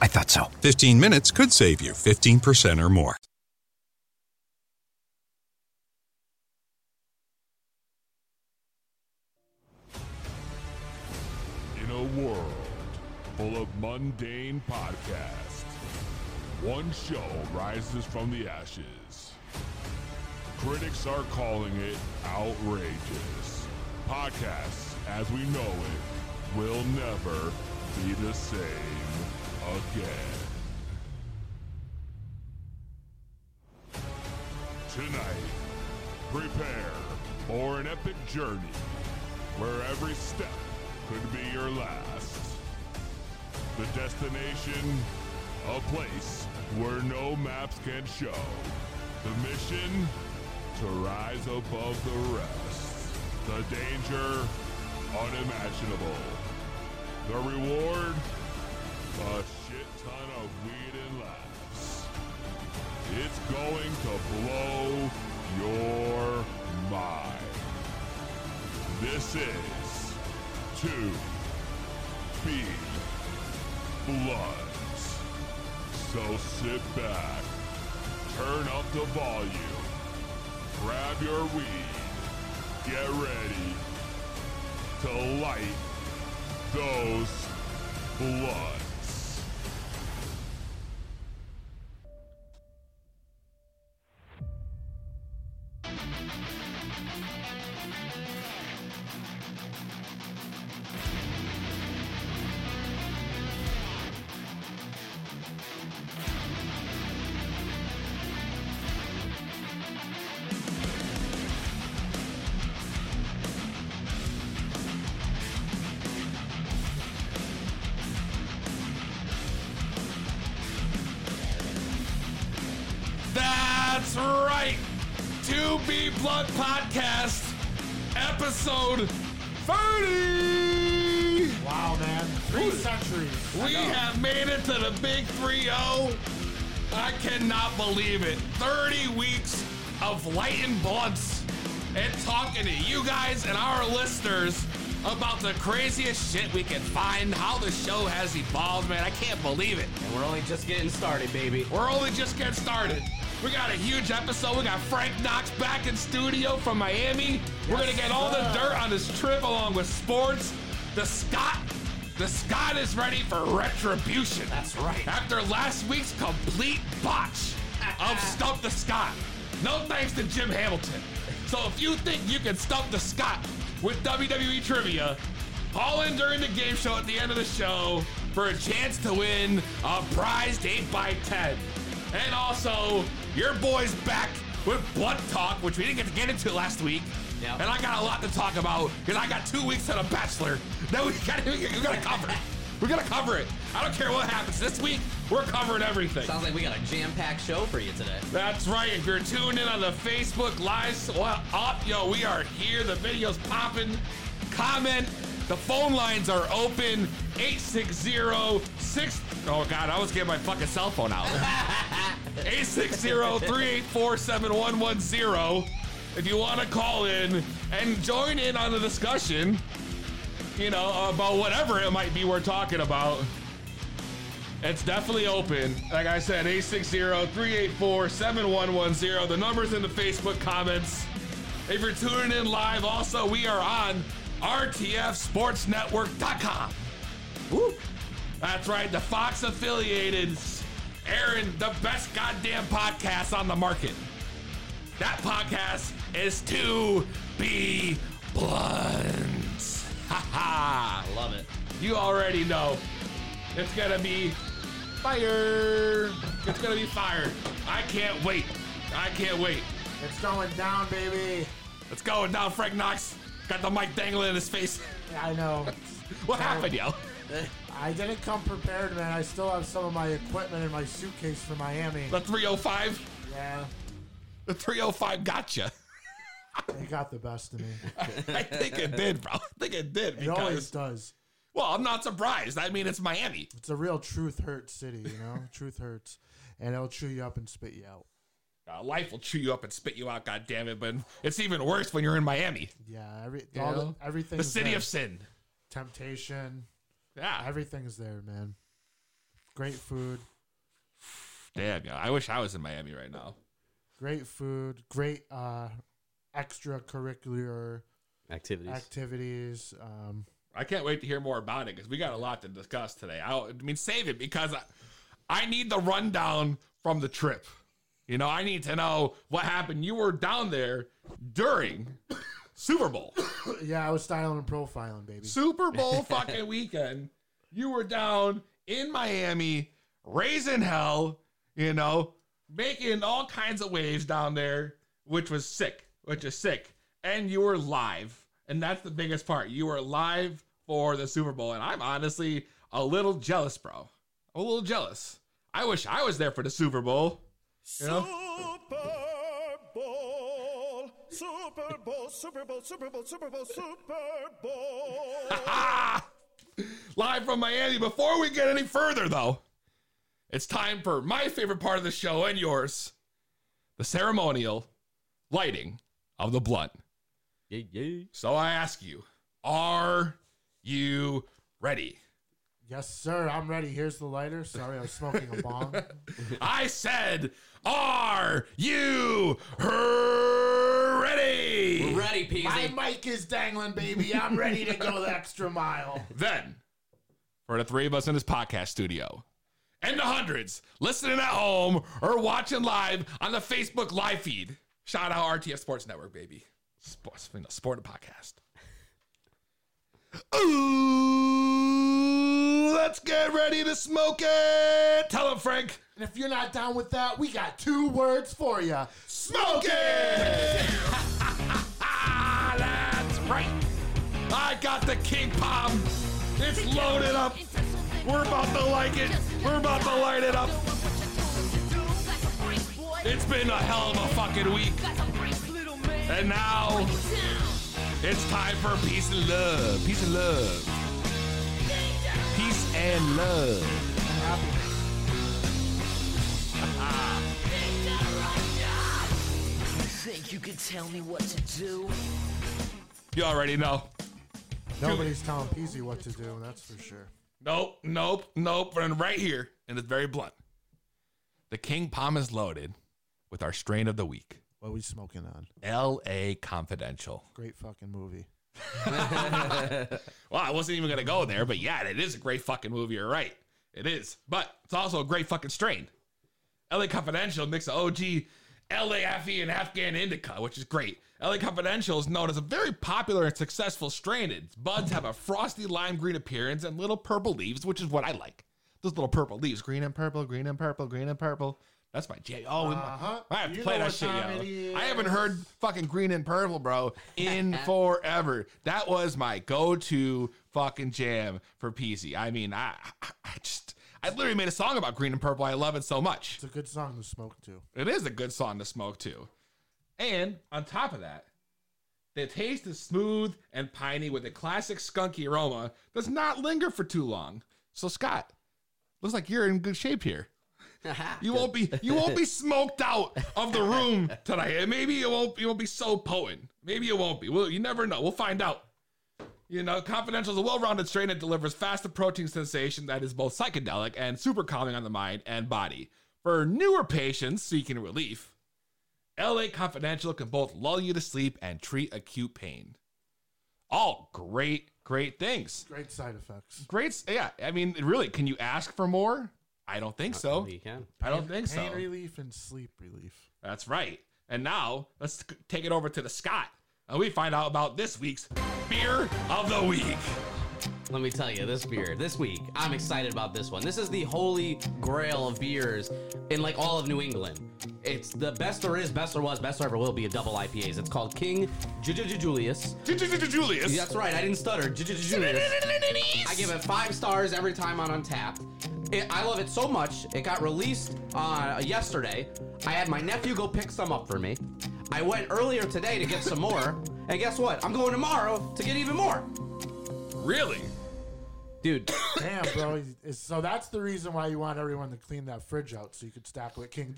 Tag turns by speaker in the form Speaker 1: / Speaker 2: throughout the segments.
Speaker 1: I thought so.
Speaker 2: 15 minutes could save you 15% or more.
Speaker 3: In a world full of mundane podcasts, one show rises from the ashes. Critics are calling it outrageous. Podcasts as we know it will never be the same again. Tonight, prepare for an epic journey where every step could be your last. The destination, a place where no maps can show. The mission, to rise above the rest. The danger, unimaginable. The reward, a shit ton of weed and laughs. It's going to blow your mind. This is to be blunt. So sit back, turn up the volume, grab your weed, get ready to light those blunts.
Speaker 4: That's right. To Be Blood Podcast, episode 30.
Speaker 5: Wow, man. Three centuries.
Speaker 4: We have made it to the big 3 0. I cannot believe it. 30 weeks of lighting blunts and talking to you guys and our listeners about the craziest shit we can find, how the show has evolved, man. I can't believe it.
Speaker 6: And we're only just getting started, baby.
Speaker 4: We're only just getting started. We got a huge episode. We got Frank Knox back in studio from Miami. We're gonna get all the dirt on this trip along with sports. The Scott, the Scott is ready for retribution.
Speaker 6: That's right.
Speaker 4: After last week's complete botch of Stump the Scott. No thanks to Jim Hamilton. So if you think you can stump the Scott with WWE trivia, call in during the game show at the end of the show for a chance to win a prized 8x10. And also, your boy's back with Blood Talk, which we didn't get to get into last week.
Speaker 6: Yeah.
Speaker 4: And I got a lot to talk about because I got two weeks on a bachelor. Then we got we got to cover. it. We're gonna cover it. I don't care what happens this week. We're covering everything.
Speaker 6: Sounds like we got a jam-packed show for you today.
Speaker 4: That's right. If you're tuned in on the Facebook Live well, up, yo, we are here. The video's popping. Comment. The phone lines are open. 860-6... Oh, God, I was getting my fucking cell phone out. 860-384-7110. If you want to call in and join in on the discussion, you know, about whatever it might be we're talking about. It's definitely open. Like I said, 860-384-7110. The number's in the Facebook comments. If you're tuning in live, also, we are on RTFSportsNetwork.com. Woo. That's right, the Fox affiliated Aaron, the best goddamn podcast on the market. That podcast is to be blunt. Ha ha.
Speaker 6: I love it.
Speaker 4: You already know. It's gonna be fire. It's gonna be fire. I can't wait. I can't wait.
Speaker 5: It's going down, baby.
Speaker 4: Let's go. And now Frank Knox got the mic dangling in his face.
Speaker 5: I know.
Speaker 4: What happened, yo?
Speaker 5: I didn't come prepared, man. I still have some of my equipment in my suitcase for Miami.
Speaker 4: The 305,
Speaker 5: Yeah,
Speaker 4: the 305 gotcha.
Speaker 5: they got the best of me.
Speaker 4: I think it did, bro. I think it did
Speaker 5: It always
Speaker 4: because
Speaker 5: does.
Speaker 4: well, I'm not surprised. I mean, it's Miami.
Speaker 5: It's a real truth hurts city, you know? truth hurts. And it'll chew you up and spit you out.
Speaker 4: Uh, life will chew you up and spit you out, God damn it! But it's even worse when you're in Miami,
Speaker 5: Yeah, every, all the,
Speaker 4: know?
Speaker 5: everything's
Speaker 4: the city
Speaker 5: there.
Speaker 4: of sin.
Speaker 5: temptation.
Speaker 4: Yeah,
Speaker 5: Everything's there, man. Great food,
Speaker 4: damn. Yeah, I wish I was in Miami right now.
Speaker 5: great food, great uh, extracurricular
Speaker 6: Activities.
Speaker 5: activities. Um,
Speaker 4: I can't wait to hear more about it because we got a lot to discuss today. I, I mean, save it because I, I need the rundown from the trip. You know, I need to know what happened. You were down there during Super Bowl,
Speaker 5: yeah, I was styling and profiling, baby.
Speaker 4: Super Bowl fucking weekend. You were down in Miami, raising hell. You know, making all kinds of waves down there, which was sick, which is sick. And you were live, and that's the biggest part. You were live for the Super Bowl, and I'm honestly a little jealous, bro. I'm a little jealous. I wish I was there for the Super Bowl. You know?
Speaker 7: Super Bowl, Super Bowl, Super Bowl, Super Bowl, Super Bowl, Super Bowl.
Speaker 4: live from Miami. Before we get any further, though, it's time for my favorite part of the show and yours the ceremonial lighting of the blunt.
Speaker 6: Yeah, yeah.
Speaker 4: So I ask you, are you ready?
Speaker 5: Yes, sir. I'm ready. Here's the lighter. Sorry, I was smoking a bomb.
Speaker 4: I said, are you ready?
Speaker 6: Ready,
Speaker 5: My
Speaker 6: Peasy.
Speaker 5: mic is dangling, baby. I'm ready to go the extra mile.
Speaker 4: Then, for the three of us in this podcast studio, and the hundreds listening at home or watching live on the Facebook live feed, shout out RTF Sports Network, baby. Sports, you know, sport podcast. Ooh, let's get ready to smoke it. Tell him, Frank.
Speaker 5: And if you're not down with that, we got two words for you.
Speaker 4: Smoke it! That's right. I got the king pop. It's loaded up. We're about to like it. We're about to light it up. It's been a hell of a fucking week. And now it's time for peace and love. Peace and love. Peace and love.
Speaker 8: Think you can tell me what to do?
Speaker 4: You already know.
Speaker 5: Nobody's telling Peasy what to do, that's for sure.
Speaker 4: Nope, nope, nope. And right here, and it's very blunt. The King Palm is loaded with our strain of the week.
Speaker 5: What we smoking on?
Speaker 4: L.A. Confidential.
Speaker 5: Great fucking movie.
Speaker 4: Well, I wasn't even gonna go there, but yeah, it is a great fucking movie. You're right, it is. But it's also a great fucking strain. L.A. Confidential mix of OG LAFE E, and Afghan Indica, which is great. LA Confidential is known as a very popular and successful strain. Its buds have a frosty lime green appearance and little purple leaves, which is what I like. Those little purple leaves, green and purple, green and purple, green and purple. That's my jam. Oh, we-
Speaker 5: Uh-huh.
Speaker 4: I have to
Speaker 5: You
Speaker 4: play
Speaker 5: know
Speaker 4: that
Speaker 5: what
Speaker 4: shit,
Speaker 5: time
Speaker 4: yo.
Speaker 5: it
Speaker 4: I haven't
Speaker 5: is.
Speaker 4: heard fucking green and purple, bro, in forever. That was my go-to fucking jam for Peasy. I mean, I, I I just, I literally made a song about green and purple. I love it so much.
Speaker 5: It's a good song to smoke to.
Speaker 4: It is a good song to smoke to. And on top of that, the taste is smooth and piney with a classic skunky aroma. Does not linger for too long. So Scott, looks like you're in good shape here. You won't be you won't be smoked out of the room tonight. And maybe it won't you won't be so potent. Maybe it won't be. Well, you never know. We'll find out. You know, Confidential is a well-rounded strain that delivers faster protein sensation that is both psychedelic and super calming on the mind and body. For newer patients seeking relief, LA Confidential can both lull you to sleep and treat acute pain. All great, great things.
Speaker 5: Great side effects.
Speaker 4: Great, yeah. I mean, really, can you ask for more? I don't think so.
Speaker 6: You can.
Speaker 4: I don't think so.
Speaker 5: Pain relief and sleep relief.
Speaker 4: That's right. And now let's c- Uh, take it over to the Scott, and we find out about this week's beer of the week.
Speaker 6: Let me tell you, this beer this week, I'm excited about this one. This is the holy grail of beers in like all of New England. It's the best there is, best there was, best there ever will be a double IPAs. It's called King Ju- Ju- Ju- Julius.
Speaker 4: Julius.
Speaker 6: That's right. I didn't stutter. Julius. I give it five stars every time on Untapped. It, I love it so much. It got released uh, yesterday. I had my nephew go pick some up for me. I went earlier today to get some more. And guess what? I'm going tomorrow to get even more.
Speaker 4: Really?
Speaker 6: Dude, e-
Speaker 5: Damn, bro. he's- it's- so that's the reason why you want everyone to clean that fridge out so you could stack with King.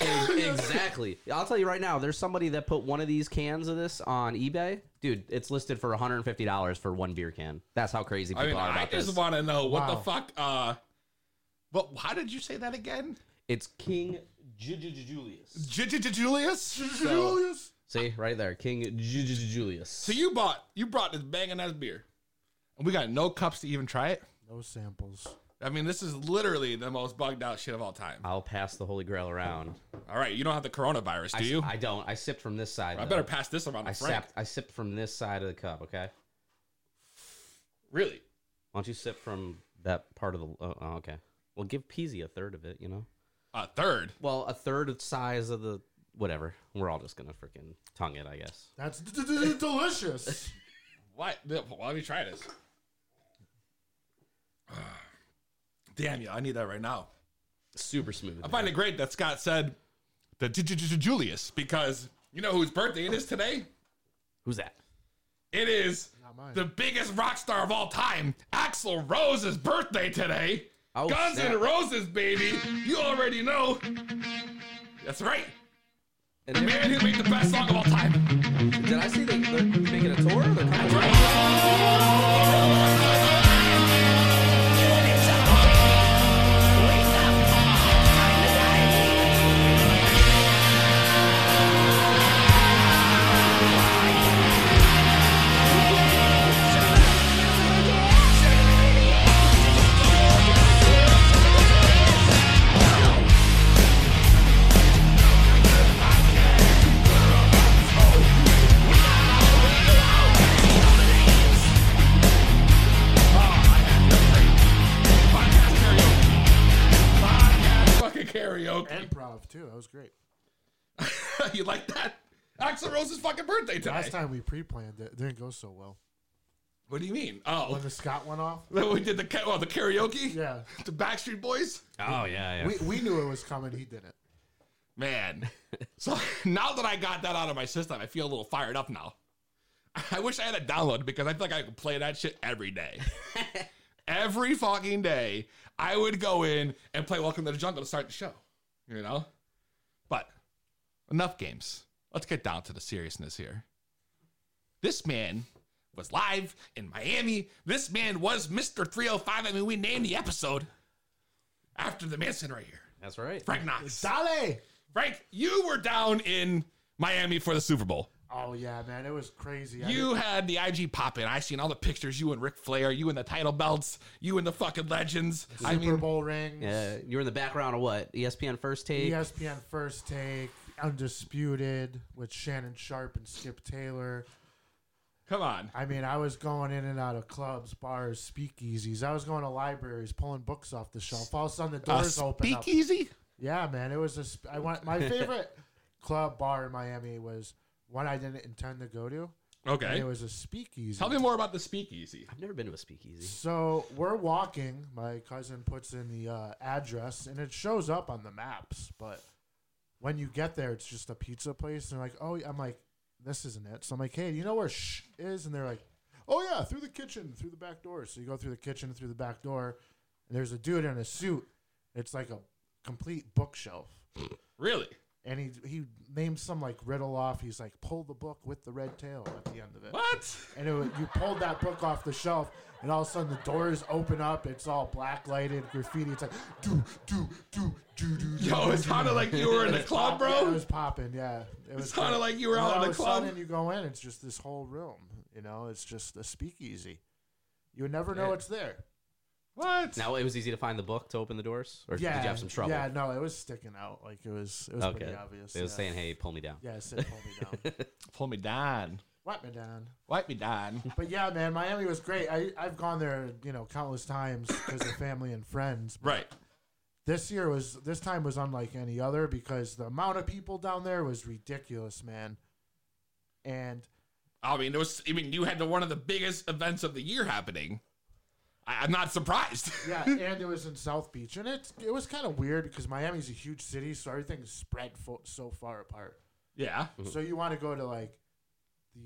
Speaker 6: exactly. I'll tell you right now, there's somebody that put one of these cans of this on eBay. Dude, it's listed for $150 for one beer can. That's how crazy
Speaker 4: I
Speaker 6: people
Speaker 4: mean,
Speaker 6: are
Speaker 4: I
Speaker 6: about
Speaker 4: just
Speaker 6: this.
Speaker 4: want to know what the
Speaker 5: Wow.
Speaker 4: fuck. Uh, but how did you say that again?
Speaker 6: it's King Ju- Ju- Ju- Julius.
Speaker 4: Ju- Ju- Ju- Julius.
Speaker 5: Julius.
Speaker 6: See, right there. King Ju- Ju- Ju- Julius.
Speaker 4: So you bought you brought this banging ass beer, and we got no cups to even try it.
Speaker 5: No samples.
Speaker 4: I mean, this is literally the most bugged out shit of all time.
Speaker 6: I'll pass the Holy Grail around.
Speaker 4: All right, you don't have the coronavirus,
Speaker 6: I,
Speaker 4: do you? I,
Speaker 6: I don't. I sipped from this side. though.
Speaker 4: better pass this around.
Speaker 6: I
Speaker 4: to Frank.
Speaker 6: sipped. I sipped from this side of the cup. Okay.
Speaker 4: Really?
Speaker 6: Why don't you sip from that part of the? Oh, oh, okay. Well, give Peasy a third of it. You know.
Speaker 4: A third.
Speaker 6: Well, a third of size of the whatever. We're all just gonna freaking tongue it, I guess.
Speaker 5: That's d- d- d- delicious.
Speaker 4: What? Yeah, well, Let me try this. Damn you! I need that right now.
Speaker 6: Super smooth.
Speaker 4: I find it great that Scott said the Ju- Ju- Ju- Ju- Julius because you know whose birthday it is today.
Speaker 6: Who's that?
Speaker 4: It is
Speaker 5: Not mine.
Speaker 4: the biggest rock star of all time, Axl Rose's birthday today.
Speaker 6: Oh,
Speaker 4: Guns
Speaker 6: snap.
Speaker 4: N' Roses, baby. You already know. That's right.
Speaker 6: And
Speaker 4: The
Speaker 6: they-
Speaker 4: man who made the best song of all time.
Speaker 6: did I see they, they're making a tour? They're coming
Speaker 4: That's right. Fucking karaoke.
Speaker 5: Improv too. That was great.
Speaker 4: you like that? Axl Rose's fucking birthday today.
Speaker 5: Last time we pre-planned it, it didn't go so well.
Speaker 4: What do you mean? Oh,
Speaker 5: When the Scott went off,
Speaker 4: we did the ca- oh, the karaoke.
Speaker 5: yeah,
Speaker 4: The Backstreet Boys.
Speaker 6: Oh yeah, yeah.
Speaker 5: we, we knew it was coming. He didn't.
Speaker 4: Man. So now that I got that out of my system, I feel a little fired up now. I wish I had a download because I feel like I could play that shit every day. every fucking day, I would go in and play Welcome to the Jungle to start the show. You know? But enough games. Let's get down to the seriousness here. This man was live in Miami. This man was Mr. 305. I mean, we named the episode after the Manson right here.
Speaker 6: That's right.
Speaker 4: Frank Knox.
Speaker 5: Dale.
Speaker 4: Frank, you were down in Miami for the Super Bowl.
Speaker 5: Oh yeah, man, it was crazy. I
Speaker 4: You had the IG pop in. I seen all the pictures. You and Ric Flair. You in the title belts. You in the fucking legends.
Speaker 5: did
Speaker 4: I
Speaker 5: Super
Speaker 4: mean,
Speaker 5: Bowl rings. E
Speaker 6: Yeah, you were in the background of what? E ESPN first take.
Speaker 5: ESPN First Take, Undisputed with Shannon Sharp and Skip Taylor.
Speaker 4: come on.
Speaker 5: I mean, I was going in and out of clubs, bars, speakeasies. I was going to libraries, pulling books off the shelf. All of a sudden, the
Speaker 4: A
Speaker 5: doors open up.
Speaker 4: speakeasy.
Speaker 5: Yeah, man, it was a. Sp- I went. My favorite club bar in Miami was one I didn't intend to go to. And
Speaker 4: Okay.
Speaker 5: it was a speakeasy.
Speaker 4: Tell me more about the speakeasy.
Speaker 6: I've never been to a speakeasy.
Speaker 5: So we're walking. My cousin puts in the uh, address, and it shows up on the maps. But when you get there, it's just a pizza place. And they're like, "Oh, yeah." I'm like, this isn't it." So I'm like, "Hey, you know where Shh is?" And they're like, "Oh yeah, through the kitchen, through the back door." So you go through the kitchen, through the back door, and there's a dude in a suit. It's like a complete bookshelf.
Speaker 4: Really?
Speaker 5: And he he named some like riddle off. He's like, "Pull the book with the red tail" at the end of it
Speaker 4: What?
Speaker 5: and it, wa- you pulled that book off the shelf, and all of a sudden the doors open up. It's all black lighted graffiti. It's like do do do do do. do,
Speaker 4: Yo, it
Speaker 5: do,
Speaker 4: sounded
Speaker 5: do.
Speaker 4: like you were in the club,
Speaker 5: Yeah, it
Speaker 4: bro.
Speaker 5: was popping. Yeah, it was
Speaker 4: sounded
Speaker 5: great.
Speaker 4: like you were
Speaker 5: And
Speaker 4: out
Speaker 5: then
Speaker 4: in
Speaker 5: all
Speaker 4: the
Speaker 5: of a
Speaker 4: club.
Speaker 5: Sudden you go in, it's just this whole room. You know, it's just a speakeasy. You would never know
Speaker 6: Yeah.
Speaker 5: it's there.
Speaker 4: What?
Speaker 6: Now it was easy to find the book to open the doors, or
Speaker 5: Yeah,
Speaker 6: did you have some trouble?
Speaker 5: Yeah, no, it was sticking out. Like it was, it was
Speaker 6: okay.
Speaker 5: pretty obvious.
Speaker 6: They was
Speaker 5: yeah.
Speaker 6: saying, "Hey, pull me down."
Speaker 5: yeah, sit, pull me down.
Speaker 4: Pull me down.
Speaker 5: Wipe me down.
Speaker 4: Wipe me down.
Speaker 5: But yeah, man, Miami was great. I, I've gone there, you know, countless times because of family and friends. But
Speaker 4: Right.
Speaker 5: This year was this time was unlike any other because the amount of people down there was ridiculous, man. And
Speaker 4: I mean, there was. I mean, you had the, one of the biggest events of the year happening. I, I'm not surprised.
Speaker 5: yeah, and it was in South Beach, and it's it was kind of weird because Miami's a huge city, so everything's spread fo- so far apart.
Speaker 4: yeah.
Speaker 5: So you want to go to like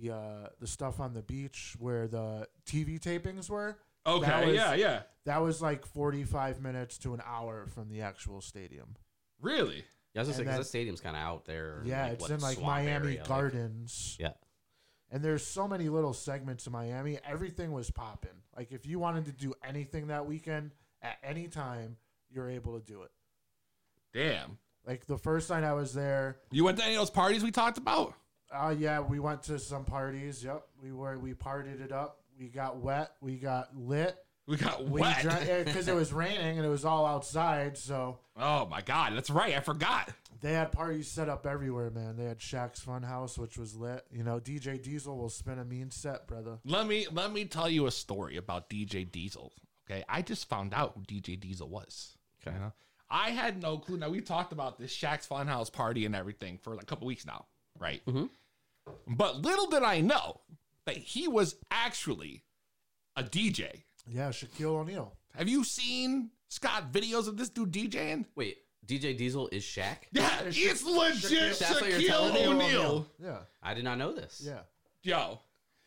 Speaker 5: the uh, the stuff on the beach where the TV tapings were. That
Speaker 4: Okay.
Speaker 5: was-
Speaker 4: yeah. Yeah.
Speaker 5: That was like forty five minutes to an hour from the actual stadium.
Speaker 4: Really.
Speaker 6: Yeah, I was gonna say,
Speaker 5: And
Speaker 6: 'cause
Speaker 5: then-
Speaker 6: that stadium's kind of out there.
Speaker 5: Yeah, it's
Speaker 6: what,
Speaker 5: in like
Speaker 6: swamp
Speaker 5: Miami
Speaker 6: area, like-
Speaker 5: Gardens,
Speaker 6: yeah.
Speaker 5: and there's so many little segments in Miami. Everything was popping. Like if you wanted to do anything that weekend at any time, you're able to do it.
Speaker 4: Damn.
Speaker 5: Like the first night I was there,
Speaker 4: You went to any of those parties we talked about?
Speaker 5: Oh yeah, we went to some parties. Yep, we were we partied it up. We got wet. We got lit.
Speaker 4: We got
Speaker 5: We
Speaker 4: wet.
Speaker 5: because it was raining and it was all outside. So
Speaker 4: oh my god, that's right. I forgot.
Speaker 5: they had parties set up everywhere, man. They had Shaq's Funhouse, which was lit. You know, DJ Diesel will spin a mean set, brother.
Speaker 4: Let me let me tell you a story about DJ Diesel. Okay, I just found out who DJ Diesel was. Okay, I had no clue. Now we talked about this Shaq's Funhouse party and everything for like a couple weeks now, right? But little did I know that he was actually a DJ.
Speaker 5: Yeah, Shaquille O'Neal.
Speaker 4: Have you seen Scott videos of this dude DJing?
Speaker 6: Wait, DJ Diesel is Shaq?
Speaker 4: Yeah,
Speaker 5: It's
Speaker 4: it's,
Speaker 5: Sha-
Speaker 4: legit
Speaker 6: Shaquille- That's what you're
Speaker 4: Shaquille
Speaker 6: telling me?
Speaker 4: O'Neal.
Speaker 5: Yeah,
Speaker 6: I did not know this.
Speaker 5: yeah.
Speaker 4: Yo,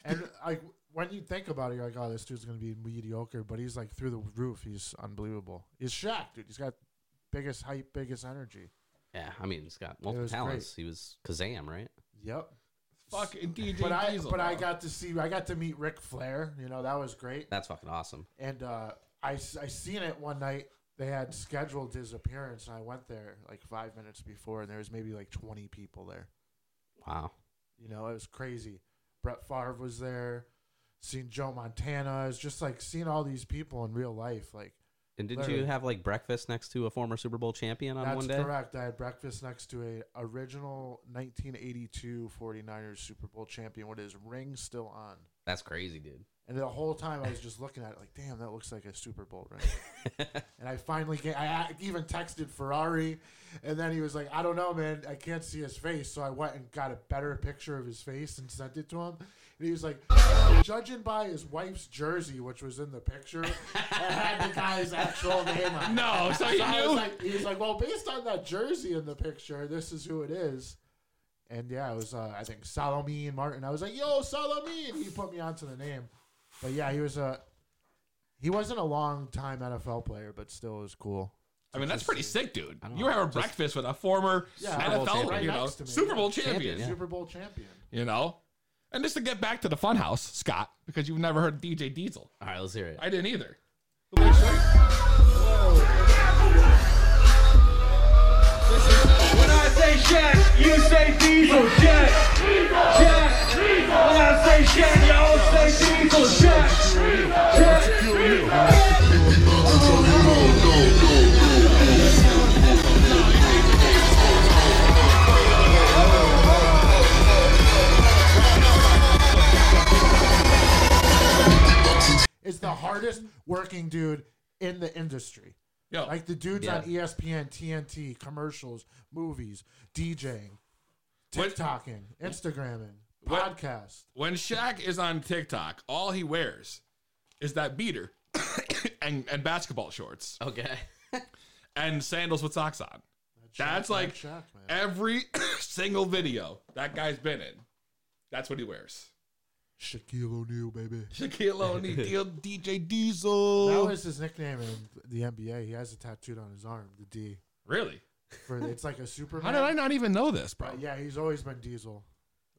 Speaker 5: And like when you think about it, you're like, oh, this dude's gonna be mediocre, but he's like through the roof. He's unbelievable. He's Shaq, dude. He's got biggest height, biggest energy.
Speaker 6: Yeah, I mean, he's got multiple
Speaker 5: was
Speaker 6: talents. He was Kazam, right?
Speaker 5: Yep.
Speaker 4: fucking DJ
Speaker 5: but I
Speaker 4: Diesel.
Speaker 5: but I
Speaker 4: bro.
Speaker 5: got to see I got to meet Ric Flair. You know that was great.
Speaker 6: That's fucking awesome.
Speaker 5: And uh, I s- I seen it one night. They had scheduled his appearance, and I went there like five minutes before, and there was maybe like twenty people there.
Speaker 6: Wow.
Speaker 5: You know, it was crazy. Brett Favre was there. Seen Joe Montana. It's just like seeing all these people in real life. Like
Speaker 6: And did
Speaker 5: Larry.
Speaker 6: you have like breakfast next to a former Super Bowl champion on
Speaker 5: that's
Speaker 6: one day?
Speaker 5: correct. I had breakfast next to a original 1982 49ers Super Bowl champion with his ring still on.
Speaker 6: That's crazy, dude.
Speaker 5: And the whole time I was just looking at it like, damn, that looks like a Super Bowl ring. and I finally get, I a- even texted Ferrari, and then he was like, I don't know, man, I can't see his face. So I went and got a better picture of his face and sent it to him. And he was like, judging by his wife's jersey, which was in the picture, it had the guy's actual name on it.
Speaker 4: No, so he
Speaker 5: So I was
Speaker 4: knew?
Speaker 5: like, he was like, well, based on that jersey in the picture, this is who it is. And yeah, it was uh, I think Salome and Martin. I was like, "Yo, Salome!" and He put me onto the name. But yeah, he was a he wasn't a long time NFL player, but still was cool.
Speaker 4: I mean, that's pretty sick, dude. You
Speaker 6: know,
Speaker 4: were having
Speaker 6: just-
Speaker 4: breakfast with a former
Speaker 5: Yeah, Super
Speaker 4: NFL,
Speaker 5: Bowl champion.
Speaker 4: you
Speaker 5: Right
Speaker 4: know,
Speaker 5: next to me,
Speaker 4: Super
Speaker 5: yeah.
Speaker 4: Bowl champion,
Speaker 6: Yeah.
Speaker 5: Super Bowl champion.
Speaker 4: you know. And just to get back to the Funhouse, Scott, because you've never heard of DJ Diesel.
Speaker 6: All right, let's hear it.
Speaker 4: I didn't either.
Speaker 9: When I say Shaq, you say Diesel. Shaq, Shaq. When I say Shaq, y'all say Diesel. Shaq, Shaq.
Speaker 5: Is the hardest working dude in the industry.
Speaker 4: Yo,
Speaker 5: Like the dudes
Speaker 6: Yeah.
Speaker 5: on E ESPN, TNT, commercials, movies, DJing,
Speaker 4: What-
Speaker 5: TikToking, Instagramming,
Speaker 4: What-
Speaker 5: podcast.
Speaker 4: when Shaq is on TikTok, all he wears is that beater and, and basketball shorts
Speaker 6: Okay.
Speaker 4: and sandals with socks on. That's like
Speaker 5: Shaq, man.
Speaker 4: every single video that guy's been in. That's what he wears.
Speaker 5: Shaquille O'Neal, baby.
Speaker 4: Shaquille O'Neal, DJ Diesel.
Speaker 5: That was his nickname in the NBA. He has it tattooed on his arm, the D.
Speaker 4: really?
Speaker 5: For it's like a Superman.
Speaker 4: How did I not even know this, bro?
Speaker 5: Uh, yeah, he's always been Diesel.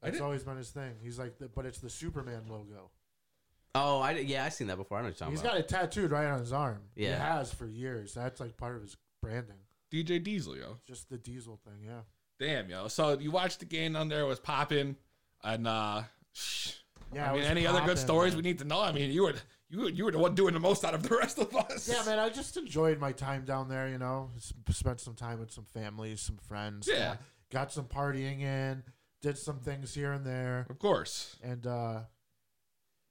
Speaker 4: I
Speaker 5: That's
Speaker 4: didn't-
Speaker 5: always been his thing. He's like, the, but it's the Superman logo.
Speaker 6: Oh, I did- yeah, I seen that before. I know what
Speaker 4: Oh,
Speaker 6: you're talking
Speaker 5: He's
Speaker 6: about.
Speaker 5: got it tattooed right on his arm.
Speaker 6: Yeah.
Speaker 5: he has for years. That's like part of his branding.
Speaker 4: DJ Diesel, yo.
Speaker 5: Just the Diesel thing. Yeah,
Speaker 4: Damn, yo. So you watched the game down there, it was popping, and uh, shh.
Speaker 5: yeah.
Speaker 4: I
Speaker 5: it
Speaker 4: mean,
Speaker 5: was uh,
Speaker 4: any other
Speaker 5: poppin',
Speaker 4: good stories
Speaker 5: man.
Speaker 4: we need to know? I mean, you were you were, you were the one doing the most out of the rest of us.
Speaker 5: Yeah, man. I just enjoyed my time down there. You know, S- spent some time with some families, some friends.
Speaker 4: Yeah.
Speaker 5: Got, got some partying in. did some things here and there.
Speaker 4: Of course.
Speaker 5: And uh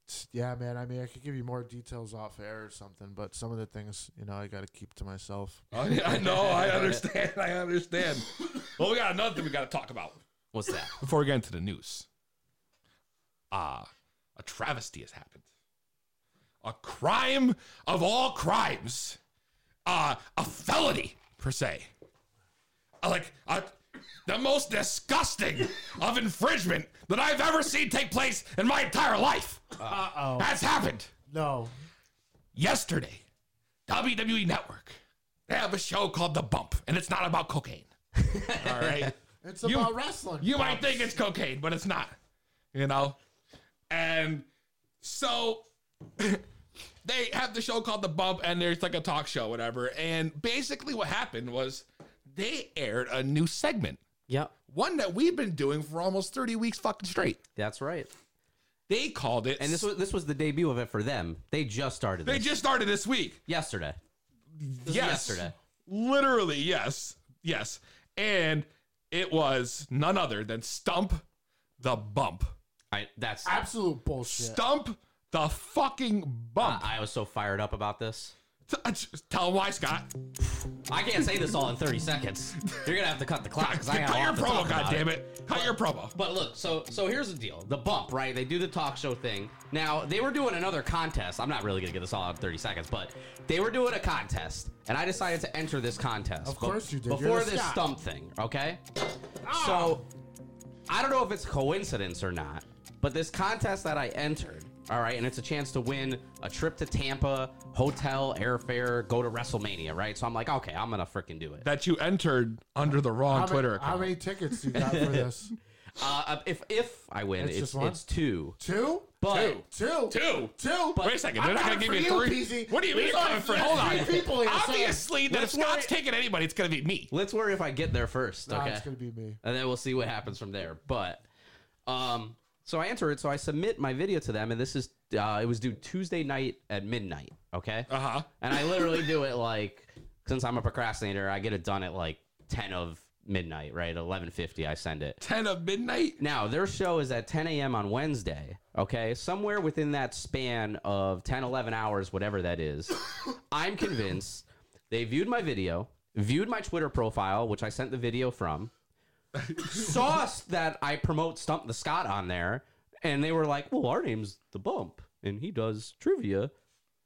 Speaker 5: s- yeah, man, I mean I could give you more details off air or something, but some of the things, you know, I gotta keep to myself.
Speaker 4: Oh, yeah, I know. I understand. I understand. Well, we got another thing we got to talk about
Speaker 6: What's that?
Speaker 4: before we get into the news. Ah, a travesty has happened. A crime of all crimes. Uh, a felony, per se. Uh, like, a, the most disgusting of infringement that I've ever seen take place in my entire life. Uh-oh. Has happened
Speaker 5: No.
Speaker 4: yesterday, WWE Network, they have a show called The Bump, and it's not about cocaine. All right.
Speaker 5: It's
Speaker 4: You-
Speaker 5: about wrestling.
Speaker 4: You might think it's cocaine, but it's not. You know? And so they have the show called The Bump, and there's like a talk show, whatever. And basically, what happened was they aired a new segment,
Speaker 6: Yep.
Speaker 4: one that we've been doing for almost 30 weeks fucking straight.
Speaker 6: That's right.
Speaker 4: They called it.
Speaker 6: And this was this was the debut of it for them. They just started
Speaker 4: they
Speaker 6: this
Speaker 4: just started this week.
Speaker 6: yesterday. This was
Speaker 4: Yes.
Speaker 6: Yesterday.
Speaker 4: Literally, yes. Yes. And it was none other than Stump the Bump.
Speaker 6: I that's I,
Speaker 5: absolute bullshit.
Speaker 4: Stump the fucking bump.
Speaker 6: I was so fired up about this.
Speaker 4: T- uh, Tell him why, Scott.
Speaker 6: I can't say this all in 30 seconds. You're gonna have to cut the clock because I
Speaker 4: Cut
Speaker 6: have
Speaker 4: your promo,
Speaker 6: goddamn
Speaker 4: goddammit. Cut your promo.
Speaker 6: But look, so so here's the deal. The bump, right? They do the talk show thing. Now they were doing another contest. I'm not really gonna get this all out in 30 seconds, but they were doing a contest, and I decided to enter this contest.
Speaker 5: Of
Speaker 6: be-
Speaker 5: course you did. You're
Speaker 6: Before
Speaker 5: the Ah.
Speaker 6: this
Speaker 5: Scot.
Speaker 6: stump thing, okay? So I don't know if it's coincidence or not, but this contest that I entered, all right, and it's a chance to win a trip to Tampa, hotel, airfare, go to WrestleMania, right? So I'm like, okay, I'm gonna freaking do it.
Speaker 4: That you entered under the wrong
Speaker 5: how,
Speaker 4: Twitter
Speaker 5: many, how
Speaker 4: account.
Speaker 5: many tickets you got for this?
Speaker 6: Uh, if if I win,
Speaker 5: It's
Speaker 6: it's it's,
Speaker 5: just one?
Speaker 6: two.
Speaker 5: Two?
Speaker 6: But
Speaker 4: Two.
Speaker 5: Two.
Speaker 4: Two.
Speaker 5: Two.
Speaker 4: Wait a second.
Speaker 5: I'm
Speaker 4: They're not going to
Speaker 5: coming
Speaker 4: give you
Speaker 5: for
Speaker 4: three.
Speaker 5: you, PZ.
Speaker 4: What do you mean?
Speaker 5: There's
Speaker 4: you're coming
Speaker 5: only
Speaker 4: for-
Speaker 5: three
Speaker 4: Hold on.
Speaker 5: people here, so-
Speaker 4: Obviously, that if
Speaker 6: Let's worry-
Speaker 4: Scott's taking anybody, it's going to be me.
Speaker 6: Let's worry if I get there first.
Speaker 5: Nah,
Speaker 6: okay.
Speaker 5: it's gonna be me.
Speaker 6: and then we'll see what happens from there. But um, so I enter it, so I submit my video to them, and this is uh, it was due Tuesday night at midnight. Okay.
Speaker 4: Uh
Speaker 5: Uh-huh.
Speaker 4: huh.
Speaker 6: And I literally do it like since I'm a procrastinator, I get it done at like ten of midnight, right? Eleven fifty, I send it.
Speaker 4: 10 of midnight?
Speaker 6: Now their show is at 10 a.m. on Wednesday. Okay, somewhere within that span of 10, 11 hours, whatever that is, I'm convinced they viewed my video, viewed my Twitter profile, which I sent the video from, saw s- that I promote Stump the Scott on there, and they were like, "Well, our name's the Bump, and he does trivia."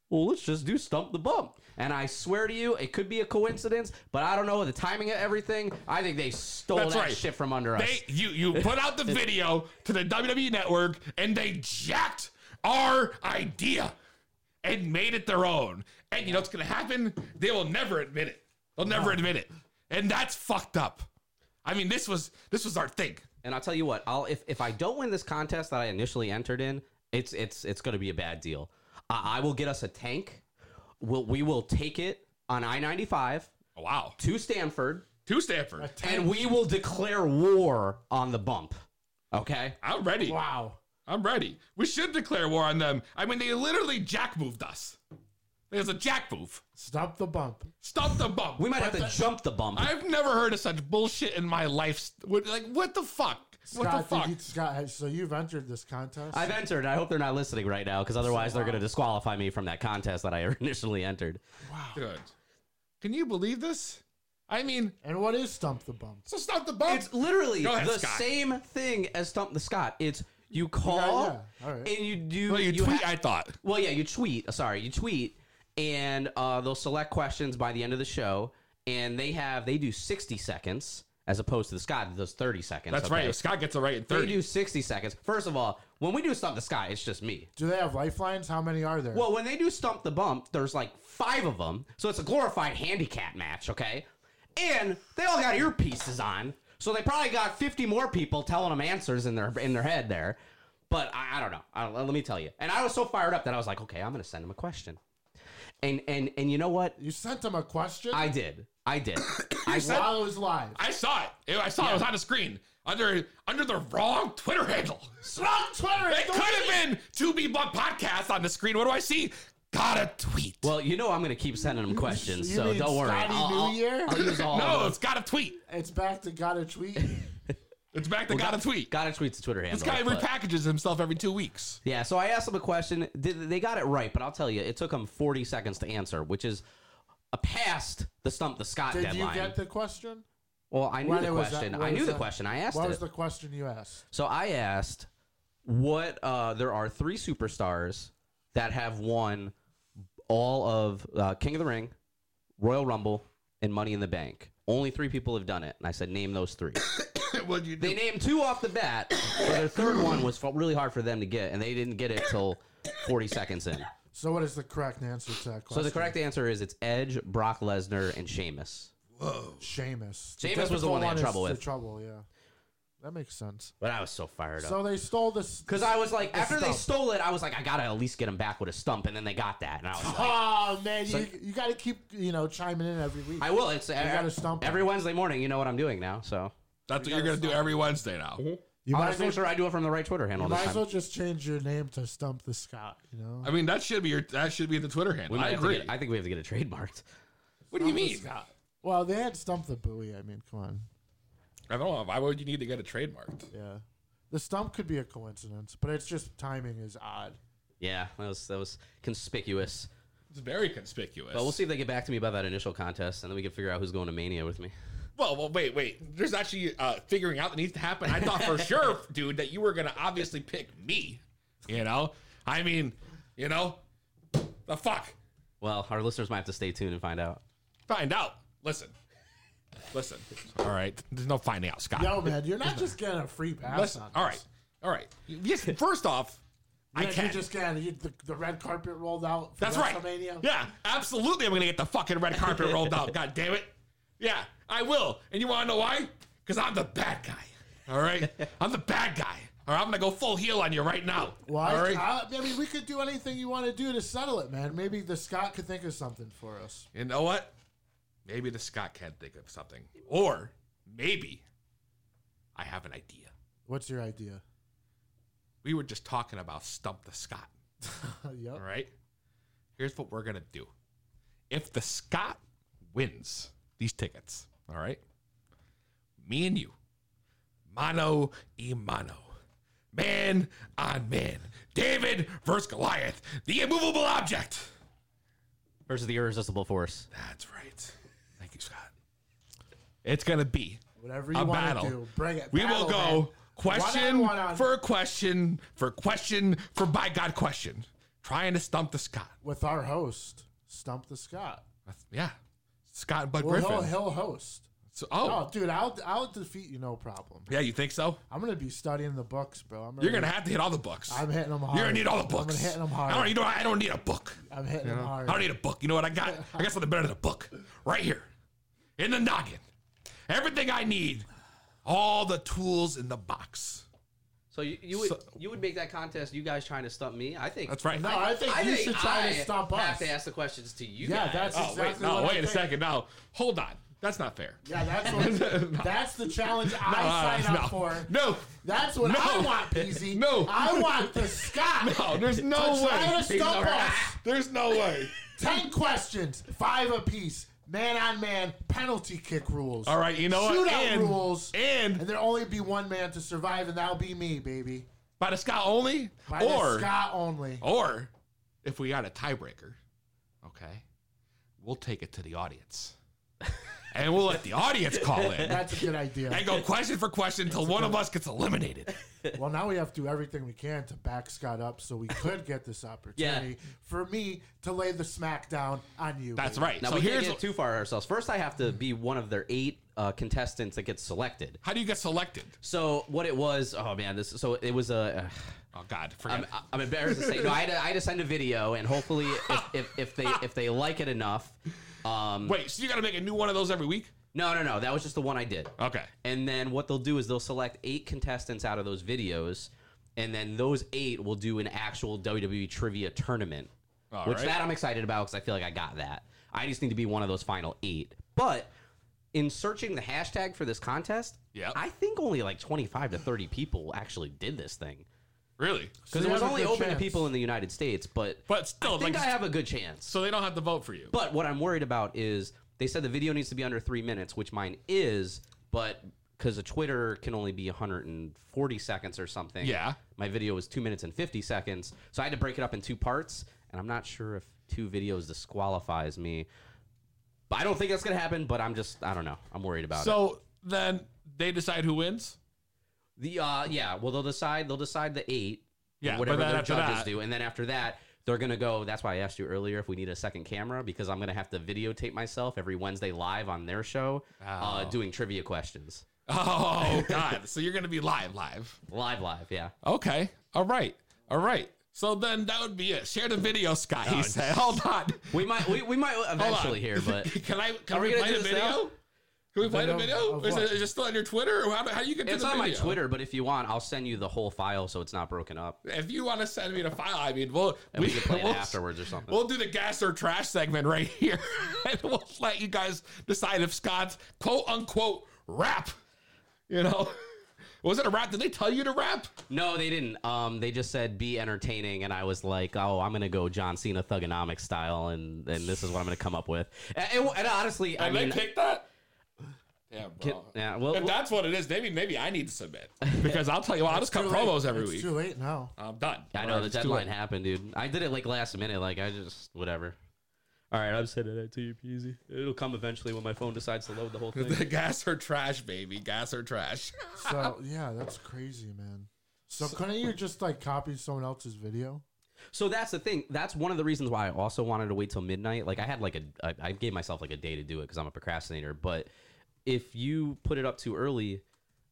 Speaker 6: Well, let's just do stump the bump. And I swear to you, it could be a coincidence, but I don't know the timing of everything. I think they stole
Speaker 4: That's
Speaker 6: that
Speaker 4: right.
Speaker 6: shit from under us.
Speaker 4: They you you put out the video to the WWE network and they jacked our idea and made it their own. And you know what's gonna happen? They will never admit it. They'll never admit it. And that's fucked up. I mean, this was this was our thing.
Speaker 6: And I'll tell you what, I'll if, if I don't win this contest that I initially entered in, it's it's it's going to be a bad deal. I, I will get us a tank. We'll, we will take it on I ninety five
Speaker 4: Oh, wow.
Speaker 6: to Stanford,
Speaker 4: To Stanford.
Speaker 6: and we will declare war on the bump. Okay,
Speaker 4: I'm ready.
Speaker 5: Wow.
Speaker 4: I'm ready. We should declare war on them. I mean, they literally jack moved us. There's a jack move.
Speaker 5: Stop the bump.
Speaker 4: Stop the bump.
Speaker 6: we might have to jump the bump.
Speaker 4: I've never heard of such bullshit in my life. What- Like, what the fuck? What the
Speaker 5: Scott, did
Speaker 4: fuck?
Speaker 5: you- Scott, so you've entered this contest.
Speaker 6: I've entered. and I hope they're not listening right now, because otherwise they're going to disqualify me from that contest that I initially entered.
Speaker 4: Good. Can you believe this? I mean,
Speaker 5: and what is stump the bump?
Speaker 4: so stop the bump.
Speaker 6: It's literally
Speaker 4: Oh. Go ahead,
Speaker 6: the
Speaker 4: Scott.
Speaker 6: same thing as Stump the Scott. It's you call
Speaker 5: yeah. All right.
Speaker 6: and you do.
Speaker 4: well, you,
Speaker 6: you
Speaker 4: tweet.
Speaker 6: ha-
Speaker 4: I thought.
Speaker 6: well, yeah, you tweet. uh, Sorry, you tweet, and uh, they'll select questions by the end of the show, and they have they do sixty seconds as opposed to the Scott that does thirty seconds.
Speaker 4: That's
Speaker 6: okay?
Speaker 4: right. If Scott gets it right in
Speaker 6: They
Speaker 4: thirty.
Speaker 6: do sixty seconds. First of all, when we do Stump the Scott, it's just me.
Speaker 5: Do they have lifelines? How many are there?
Speaker 6: Well, when they do stump the bump, there's like five of them, so it's a glorified handicap match, okay? And they all got earpieces on, so they probably got 50 more people telling them answers in their in their head there. But I, I don't know. I don't- let me tell you. And I was so fired up that I was like, okay, I'm gonna send them a question. And and and you know what?
Speaker 5: you sent him a question
Speaker 6: I did. I did. I
Speaker 5: while it was live.
Speaker 4: I saw it. It- I saw it. It was on the screen under under the wrong Twitter handle.
Speaker 5: Wrong Twitter.
Speaker 4: It could have been to be Buck podcast on the screen. What do I see? Got a tweet.
Speaker 6: well, you know I'm gonna keep sending them questions,
Speaker 5: You
Speaker 6: so
Speaker 5: mean
Speaker 6: don't worry.
Speaker 5: Scotty
Speaker 6: I'll,
Speaker 5: New
Speaker 6: I'll-
Speaker 5: Year?
Speaker 6: I'll use all of
Speaker 4: no,
Speaker 6: them.
Speaker 4: it's got a tweet.
Speaker 5: It's back to gotta tweet.
Speaker 4: It's back to gotta tweet.
Speaker 6: Got a tweet to Twitter handle.
Speaker 4: This guy
Speaker 6: but-
Speaker 4: repackages himself every two weeks.
Speaker 6: Yeah, so I asked them a question. Th- They got it right, but I'll tell you, it took them 40 seconds to answer, which is a past the stump the Scott
Speaker 5: Did
Speaker 6: deadline.
Speaker 5: you get the question?
Speaker 6: well, I knew
Speaker 5: What
Speaker 6: the
Speaker 5: was
Speaker 6: question.
Speaker 5: that-
Speaker 6: I
Speaker 5: what
Speaker 6: knew
Speaker 5: was
Speaker 6: the
Speaker 5: that-
Speaker 6: question. I asked
Speaker 5: What
Speaker 6: it.
Speaker 5: was the question you asked?
Speaker 6: So I asked what uh, there are three superstars that have won all of uh, King of the Ring, Royal Rumble, and Money in the Bank. Only three people have done it, and I said name those three.
Speaker 4: What'd you do?
Speaker 6: they named two off the bat, but their third one was fu- really hard for them to get, and they didn't get it till 40 seconds in.
Speaker 5: So what is the correct answer to that
Speaker 6: So
Speaker 5: question?
Speaker 6: the correct answer is it's Edge, Brock Lesnar, and Sheamus.
Speaker 5: Seamus.
Speaker 6: Sheamus was the one they had
Speaker 5: is
Speaker 6: trouble
Speaker 5: the
Speaker 6: with.
Speaker 5: trouble, yeah. That makes sense.
Speaker 6: But I was so fired up.
Speaker 5: So they stole this
Speaker 6: Because I was like,
Speaker 5: the
Speaker 6: after they
Speaker 5: stump.
Speaker 6: stole it, I was like, I gotta at least get him back with a stump, and then they got that, and I was like,
Speaker 5: Oh man, you, you got to keep you know chiming in every week.
Speaker 6: I will. It's uh,
Speaker 5: gotta stump
Speaker 6: every
Speaker 5: him.
Speaker 6: Wednesday morning. You know what I'm doing now, so
Speaker 4: That's what you're gonna do every Wednesday now.
Speaker 5: You
Speaker 6: I'll
Speaker 5: might,
Speaker 6: just
Speaker 5: as
Speaker 6: make
Speaker 5: well,
Speaker 6: sure I do it from the right Twitter
Speaker 5: you
Speaker 6: handle. This
Speaker 5: might as
Speaker 6: time.
Speaker 5: well just change your name to Stump the Scott. You know,
Speaker 4: I mean, that should be your that should be the Twitter handle.
Speaker 6: We might
Speaker 4: I
Speaker 6: have to
Speaker 4: agree.
Speaker 6: get- I think we have to get it trademarked.
Speaker 4: what do you mean?
Speaker 5: well they had Stump the Buoy. I mean, come on,
Speaker 4: I don't know. Why would you need to get it trademarked?
Speaker 5: yeah. The stump could be a coincidence, but it's just timing is odd.
Speaker 6: Yeah, that was that was conspicuous.
Speaker 4: It's very conspicuous.
Speaker 6: But we'll see if they get back to me about that initial contest, and then we can figure out who's going to Mania with me.
Speaker 4: Well, well, wait, wait. There's actually uh, figuring out that needs to happen. I thought for sure, dude, that you were gonna obviously pick me. You know, I mean, you know, the fuck.
Speaker 6: Well, our listeners might have to stay tuned and find out.
Speaker 4: Find out. Listen, listen. All right. There's no finding out, Scott.
Speaker 5: Yo, man, you're not just getting a free pass.
Speaker 4: listen.
Speaker 5: on
Speaker 4: All
Speaker 5: this.
Speaker 4: right. All right. Yes. First off, I
Speaker 5: Yeah, you
Speaker 4: can't.
Speaker 5: just getting you, the, the red carpet rolled out. For
Speaker 4: That's right.
Speaker 5: WrestleMania.
Speaker 4: Yeah, absolutely. I'm gonna get the fucking red carpet rolled out. God damn it. Yeah, I will. And you want to know why? Because I'm the bad guy. All right, I'm the bad guy. All right, I'm gonna go full heel on you right now.
Speaker 5: Why? Uh,
Speaker 4: All right.
Speaker 5: I, I mean, we could do anything you want to do to settle it, man. Maybe the Scott could think of something for us.
Speaker 4: You know what? Maybe the Scott can think of something, or maybe I have an idea.
Speaker 5: What's your idea?
Speaker 4: We were just talking about stump the Scott.
Speaker 5: yep.
Speaker 4: All right. Here's what we're going to do. If the Scott wins these tickets, all right, me and you, mano y mano, man on man, David versus Goliath, the immovable object.
Speaker 6: Versus the irresistible force.
Speaker 4: That's right. Thank you, Scott. It's going to be
Speaker 5: Whatever you
Speaker 4: a
Speaker 5: wanna
Speaker 4: battle.
Speaker 5: do, bring it.
Speaker 4: We will
Speaker 5: Battle,
Speaker 4: go
Speaker 5: man.
Speaker 4: question
Speaker 5: One-on-one on-
Speaker 4: for question for question for by God question, trying to stump the Scott.
Speaker 5: With our host, Stump the Scott.
Speaker 4: That's- Yeah. Scott and Bud
Speaker 5: Well,
Speaker 4: Griffin.
Speaker 5: he'll, he'll host.
Speaker 4: So, oh,
Speaker 5: Oh, dude, I'll I'll defeat you no problem.
Speaker 4: yeah, you think so?
Speaker 5: I'm gonna be studying the books, bro. I'm
Speaker 4: You're gonna have to hit all the books.
Speaker 5: I'm hitting them hard.
Speaker 4: You're gonna need all the books.
Speaker 5: I'm gonna hit them hard.
Speaker 4: I don't, you know, I don't need a book.
Speaker 5: I'm hitting them
Speaker 4: I
Speaker 5: hard.
Speaker 4: don't need a book. You know what I got? I got something better than a book, right here, in the noggin. Everything I need, all the tools in the box.
Speaker 6: So you, you would you would make that contest? You guys trying to stump me? I think
Speaker 4: That's right.
Speaker 5: No, I think you should try
Speaker 6: I
Speaker 5: to stop
Speaker 6: have
Speaker 5: us.
Speaker 6: to ask the questions to you
Speaker 5: Yeah,
Speaker 6: guys.
Speaker 5: that's
Speaker 4: oh
Speaker 5: exactly
Speaker 4: wait, no,
Speaker 5: what I
Speaker 4: wait a
Speaker 5: think.
Speaker 4: second. No, hold on. That's not fair.
Speaker 5: Yeah, that's what, that's the challenge I
Speaker 4: Uh,
Speaker 5: sign up
Speaker 4: no.
Speaker 5: for.
Speaker 4: No.
Speaker 5: That's what I
Speaker 4: No.
Speaker 5: want, PZ.
Speaker 4: No.
Speaker 5: I want the Scott.
Speaker 4: No, there's no
Speaker 5: To try
Speaker 4: way.
Speaker 5: to stump us.
Speaker 4: There's no way.
Speaker 5: Ten questions, five apiece. Man on man, penalty kick rules.
Speaker 4: All right, you know what?
Speaker 5: Shootout
Speaker 4: And-
Speaker 5: rules.
Speaker 4: and-
Speaker 5: and there'll only be one man to survive, and that'll be me, baby.
Speaker 4: By the Scott only,
Speaker 5: By
Speaker 4: or Oh.
Speaker 5: the Scott only.
Speaker 4: Or if we got a tiebreaker, okay, we'll take it to the audience. and we'll let the audience call in
Speaker 5: That's a good idea.
Speaker 4: and go question for question until one of us gets eliminated.
Speaker 5: Well, now we have to do everything we can to back Scott up so we could get this opportunity for me to lay the smack down on you.
Speaker 4: That's
Speaker 5: baby.
Speaker 4: right.
Speaker 6: Now
Speaker 4: so
Speaker 6: we can't
Speaker 4: here's
Speaker 6: get too far ourselves. First, I have to be one of their eight uh, contestants that gets selected.
Speaker 4: how do you get selected?
Speaker 6: So what it was? Oh man, this. So it was a. uh,
Speaker 4: Oh God, forget.
Speaker 6: I'm,
Speaker 4: it.
Speaker 6: I'm embarrassed to say. No, I had, to, I had to send a video, and hopefully, if, if, if they if they like it enough, um,
Speaker 4: Wait, so you got to make a new one of those every week?
Speaker 6: no, no, no, that was just the one I did.
Speaker 4: Okay.
Speaker 6: And then what they'll do is they'll select eight contestants out of those videos, and then those eight will do an actual WWE trivia tournament,
Speaker 4: All
Speaker 6: which
Speaker 4: right.
Speaker 6: that I'm excited about because I feel like I got that. I just need to be one of those final eight. But in searching the hashtag for this contest,
Speaker 4: Yep.
Speaker 6: I think only like 25 to 30 people actually did this thing
Speaker 4: Really?
Speaker 6: because
Speaker 5: So
Speaker 6: it
Speaker 5: you
Speaker 6: was
Speaker 5: have a
Speaker 6: only
Speaker 5: good
Speaker 6: open to
Speaker 5: chance.
Speaker 6: people in the United States. But
Speaker 4: But still,
Speaker 6: I think
Speaker 4: like,
Speaker 6: I have a good chance.
Speaker 4: so they don't have to vote for you.
Speaker 6: But what I'm worried about is they said the video needs to be under three minutes, which mine is, but because a Twitter can only be 140 seconds or something.
Speaker 4: Yeah.
Speaker 6: My video was two minutes and 50 seconds. So I had to break it up in two parts. And I'm not sure if two videos disqualifies me. But I don't think that's going to happen, but I'm just, I don't know. I'm worried about it.
Speaker 4: So then they decide who wins.
Speaker 6: The, uh, yeah, well, they'll decide, they'll decide the eight.
Speaker 4: Yeah, but
Speaker 6: Whatever
Speaker 4: then
Speaker 6: their
Speaker 4: after
Speaker 6: judges
Speaker 4: that-
Speaker 6: do. And then after that, they're going to go. That's why I asked you earlier if we need a second camera because I'm going to have to videotape myself every Wednesday live on their show uh, doing trivia questions.
Speaker 4: Oh God! so you're gonna be live, live.
Speaker 6: Live, live, yeah.
Speaker 4: Okay. All right. All right. So then that would be it. Share the video, Scott. He said, "Hold on,
Speaker 6: We might, we, we might eventually here, but
Speaker 4: can I? Can
Speaker 6: Are we
Speaker 4: we,
Speaker 6: gonna
Speaker 4: play
Speaker 6: do
Speaker 4: the
Speaker 6: this
Speaker 4: video?
Speaker 6: now?
Speaker 4: Can we play the
Speaker 5: Video
Speaker 4: video?
Speaker 5: of
Speaker 4: Is it,
Speaker 5: what?
Speaker 4: is it still on your Twitter? Or how, how do you get
Speaker 6: it's
Speaker 4: to the
Speaker 6: on my
Speaker 4: video?
Speaker 6: Twitter. But if you want, I'll send you the whole file so it's not broken up.
Speaker 4: If you want to send me the file, I mean, we'll
Speaker 6: And we, can play
Speaker 4: we'll-
Speaker 6: it afterwards or something.
Speaker 4: We'll do the gas or trash segment right here, and we'll let you guys decide if Scott's quote unquote rap. You know, was it a rap? Did they tell you to rap?
Speaker 6: no, they didn't. Um, they just said be entertaining, and I was like, oh, I'm gonna go John Cena thugonomics style, and and this is what I'm gonna come up with. And, and- and honestly, I
Speaker 4: And
Speaker 6: mean,
Speaker 4: they picked that. Yeah, bro.
Speaker 6: can- yeah, well,
Speaker 4: If that's what it is, maybe maybe I need to submit because I'll tell you what, I'll just cut promos every
Speaker 5: it's
Speaker 4: week.
Speaker 5: too late now.
Speaker 4: I'm done.
Speaker 6: I know the deadline happened, dude. I did it like last minute. Like I just whatever. All right, I'm sending it to you, Peasy. It'll come eventually when my phone decides to load the whole thing.
Speaker 4: The gas or trash, baby. Gas or trash.
Speaker 5: So yeah, that's crazy, man. So, couldn't you just like copy someone else's video?
Speaker 6: So that's the thing. That's one of the reasons why I also wanted to wait till midnight. Like I had like a, I, I gave myself like a day to do it because I'm a procrastinator. But if you put it up too early,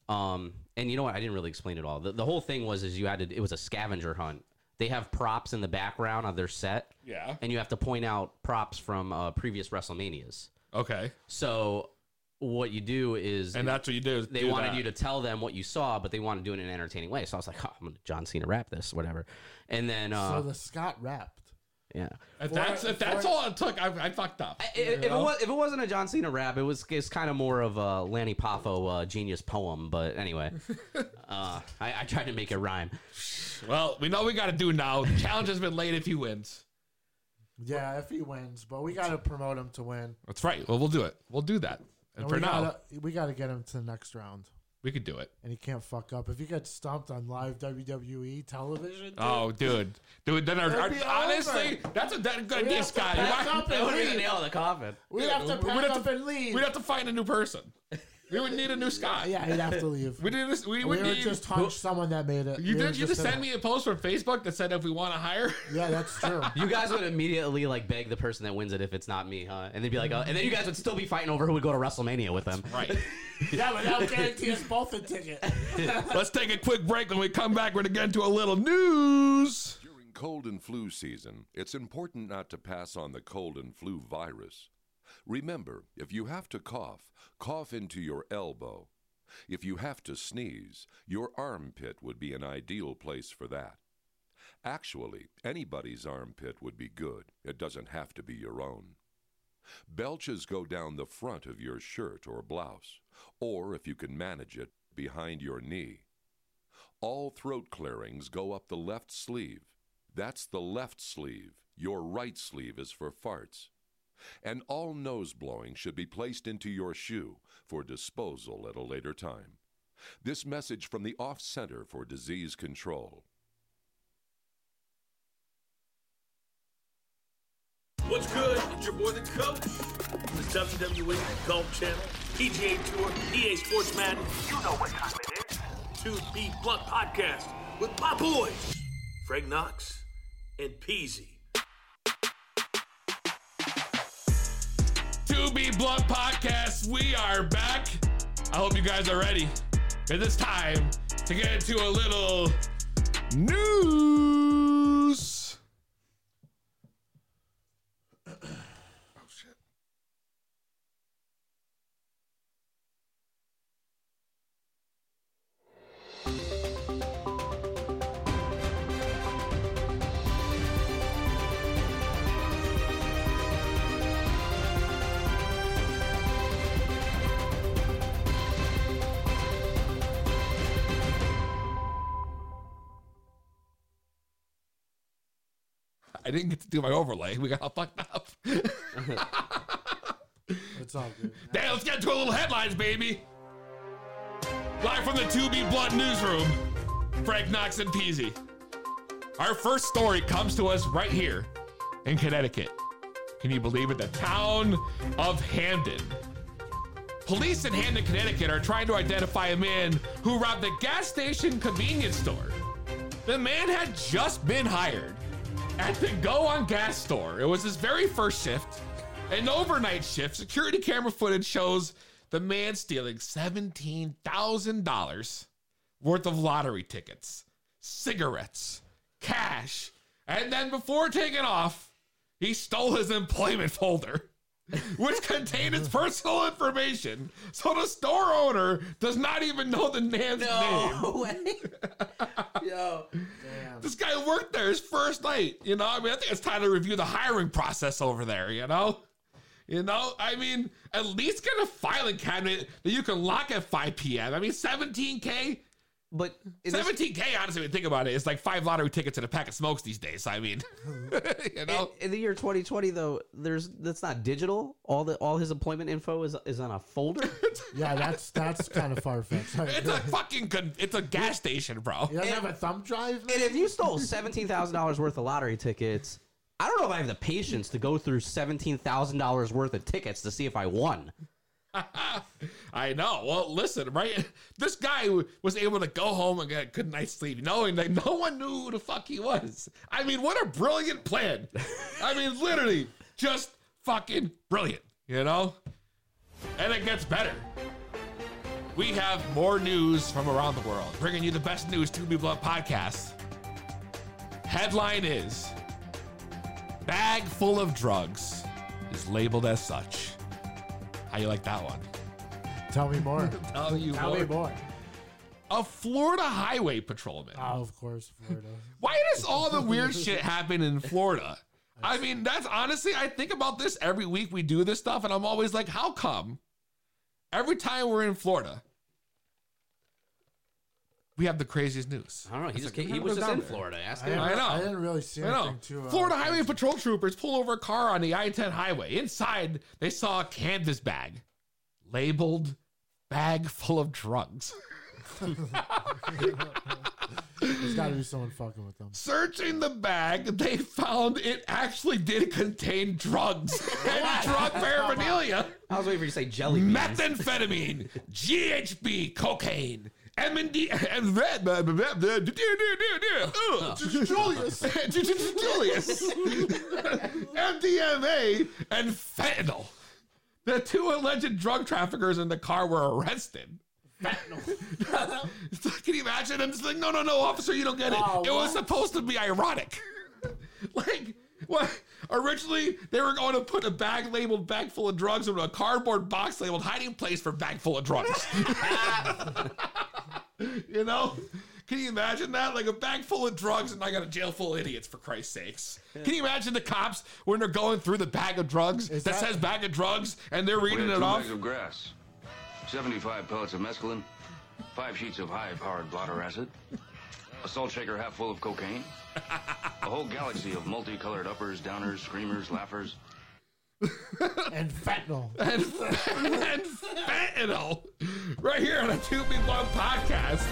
Speaker 6: um, and you know what, I didn't really explain it all. The, the whole thing was is you had to. It was a scavenger hunt. They have props in the background on their set,
Speaker 4: Yeah.
Speaker 6: and you have to point out props from uh, previous WrestleManias.
Speaker 4: Okay.
Speaker 6: So what you do is
Speaker 4: And that's what you do. is
Speaker 6: they
Speaker 4: do
Speaker 6: wanted
Speaker 4: that.
Speaker 6: you to tell them what you saw, but they wanted to do it in an entertaining way. So I was like, oh, I'm gonna John Cena rap this, whatever. And then, uh,
Speaker 5: so the Scott rapped.
Speaker 6: yeah.
Speaker 4: If that's if that's
Speaker 5: for-
Speaker 4: all it took, I, I fucked up.
Speaker 6: I- if, if it was, if it wasn't a John Cena rap, it was it's kind of more of a Lanny Poffo uh, genius poem. But anyway, uh, I, I tried to make it rhyme.
Speaker 4: Well, we know what we got to do now. The challenge has been laid. If he wins,
Speaker 5: Yeah, if he wins, but we gotta promote him to win.
Speaker 4: that's right. Well, we'll do it. We'll do that. And
Speaker 5: And
Speaker 4: for
Speaker 5: we
Speaker 4: now,
Speaker 5: gotta, we gotta get him to the next round,
Speaker 4: we could do it.
Speaker 5: and he can't fuck up. If he gets stumped on live WWE television, dude,
Speaker 4: Oh, dude, dude. Then our, our,
Speaker 5: It'd be
Speaker 4: honestly, that's a that's a good idea,
Speaker 5: have to
Speaker 4: Scott.
Speaker 5: pack
Speaker 4: Why-
Speaker 5: up and
Speaker 6: Put the nail in the coffin.
Speaker 5: we'd have to
Speaker 4: We'd
Speaker 5: pack
Speaker 4: have
Speaker 5: up
Speaker 4: to-
Speaker 5: and leave.
Speaker 4: We'd have to find a new person. We would need a new Scott.
Speaker 5: yeah, he'd have to leave.
Speaker 4: We did this. We
Speaker 5: We
Speaker 4: would
Speaker 5: were
Speaker 4: need.
Speaker 5: just hunch someone that made it.
Speaker 4: you
Speaker 5: We were
Speaker 4: did. You just
Speaker 5: in
Speaker 4: sent
Speaker 5: it.
Speaker 4: me a post from Facebook that said if we want to hire.
Speaker 5: Yeah, that's true.
Speaker 6: You guys would immediately like beg the person that wins it if it's not me, huh? And they'd be like, oh, and then you guys would still be fiting over who would go to WrestleMania with them.
Speaker 4: Right.
Speaker 5: yeah, but that would guarantee us both a ticket.
Speaker 4: Let's take a quick break. When we come back, we're gonna get into a little news.
Speaker 10: During cold and flu season, it's important not to pass on the cold and flu virus. Remember, if you have to cough, cough into your elbow. If you have to sneeze, your armpit would be an ideal place for that. Actually, anybody's armpit would be good. It doesn't have to be your own. Belches go down the front of your shirt or blouse, or if you can manage it, behind your knee. All throat clearings go up the left sleeve. That's the left sleeve. Your right sleeve is for farts. And all nose blowing should be placed into your shoe for disposal at a later time. This message from the Off Center for Disease Control.
Speaker 9: What's good? It's your boy the coach. The WWE Golf Channel, PGA Tour, EA Sports Madden. You know what time it is. To the Blunt Podcast with my boys, Frank Knox and Peasy.
Speaker 4: To be blunt podcast. We are back. I hope you guys are ready. It is time to get into a little news. I didn't get to do my overlay. We got all fucked up.
Speaker 5: It's all good.
Speaker 4: Damn, let's get to a little headlines, baby. Live from the 2B Blood newsroom, Frank Knox and Peasy. Our first story comes to us right here in Connecticut. Can you believe it? The town of Hamden. Police in Hamden, Connecticut are trying to identify a man who robbed a gas station convenience store. The man had just been hired at the Go on Gas store. It was his very first shift, an overnight shift. Security camera footage shows the man stealing $17,000 worth of lottery tickets, cigarettes, cash, and then before taking off, he stole his employment folder, which contained his personal information. So the store owner does not even know the man's name.
Speaker 6: Yo.
Speaker 4: This guy worked there his first night. You know, I mean, I think it's time to review the hiring process over there. You know, you know, I mean, at least get a filing cabinet that you can lock at 5 p.m. I mean, 17k.
Speaker 6: But
Speaker 4: 17k, honestly, when you think about it, it's like five lottery tickets and a pack of smokes these days. I mean, you know,
Speaker 6: In the year 2020, though, there's that's not digital. All the all his employment info is is on a folder.
Speaker 5: yeah, that's that's kind of far fetched.
Speaker 4: it's a fucking con- it's a gas station, bro.
Speaker 5: You don't have a thumb drive?
Speaker 6: And if you stole seventeen thousand dollars worth of lottery tickets, I don't know if I have the patience to go through seventeen thousand dollars worth of tickets to see if I won.
Speaker 4: I know. Well, listen, right? This guy w- was able to go home and get a good night's sleep, knowing that no one knew who the fuck he was. I mean, what a brilliant plan. I mean, literally, just fucking brilliant, you know? And it gets better. We have more news from around the world, bringing you the best news to be blood podcast. Headline is Bag full of drugs is labeled as such. How you like that one?
Speaker 5: Tell me more.
Speaker 4: Tell you
Speaker 5: Tell me
Speaker 4: more.
Speaker 5: more.
Speaker 4: A Florida highway patrolman.
Speaker 5: Oh, of course, Florida.
Speaker 4: Why does all the weird shit happen in Florida? I mean, that's honestly, I think about this every week we do this stuff, and I'm always like, how come every time we're in Florida, we have the craziest news?
Speaker 6: I don't know. He just
Speaker 4: like,
Speaker 6: came, he
Speaker 4: what
Speaker 6: was
Speaker 4: happens
Speaker 6: just
Speaker 4: down
Speaker 6: in
Speaker 4: there?
Speaker 6: Florida. Ask
Speaker 5: I,
Speaker 6: him.
Speaker 5: didn't-
Speaker 4: I know.
Speaker 5: I didn't really see
Speaker 4: I
Speaker 5: anything
Speaker 4: know.
Speaker 5: too. Uh,
Speaker 4: Florida Highway Patrol troopers pull over a car on the I 10 highway. Inside, they saw a canvas bag labeled bag full of drugs.
Speaker 5: There's got to be someone fucking with them.
Speaker 4: Searching the bag, they found it actually did contain drugs and drug paraphernalia.
Speaker 6: I was waiting for you to say jelly beans.
Speaker 4: Methamphetamine, GHB, cocaine, M&D, and red. blah, blah, blah, blah, do, do, do, do, do. Ugh. Julius. Julius. MDMA and fentanyl. The two alleged drug traffickers in the car were arrested. Fentanyl. Can you imagine? I'm just like, no, no, no, officer, you don't get it. it was supposed to be ironic. like, what? Originally, they were going to put a bag labeled bag full of drugs into a cardboard box labeled hiding place for bag full of drugs. you know? Can you imagine that? Like a bag full of drugs, and I got a jail full of idiots, for Christ's sakes. Can you imagine the cops when they're going through the bag of drugs that,
Speaker 5: that-
Speaker 4: says bag of drugs and they're reading it off?
Speaker 11: of grass, 75 pellets of mescaline, five sheets of high-powered blotter acid, a salt shaker half full of cocaine, a whole galaxy of multicolored uppers, downers, screamers, laughers.
Speaker 5: And fentanyl.
Speaker 4: and, and fentanyl right here on a Two Big One podcast.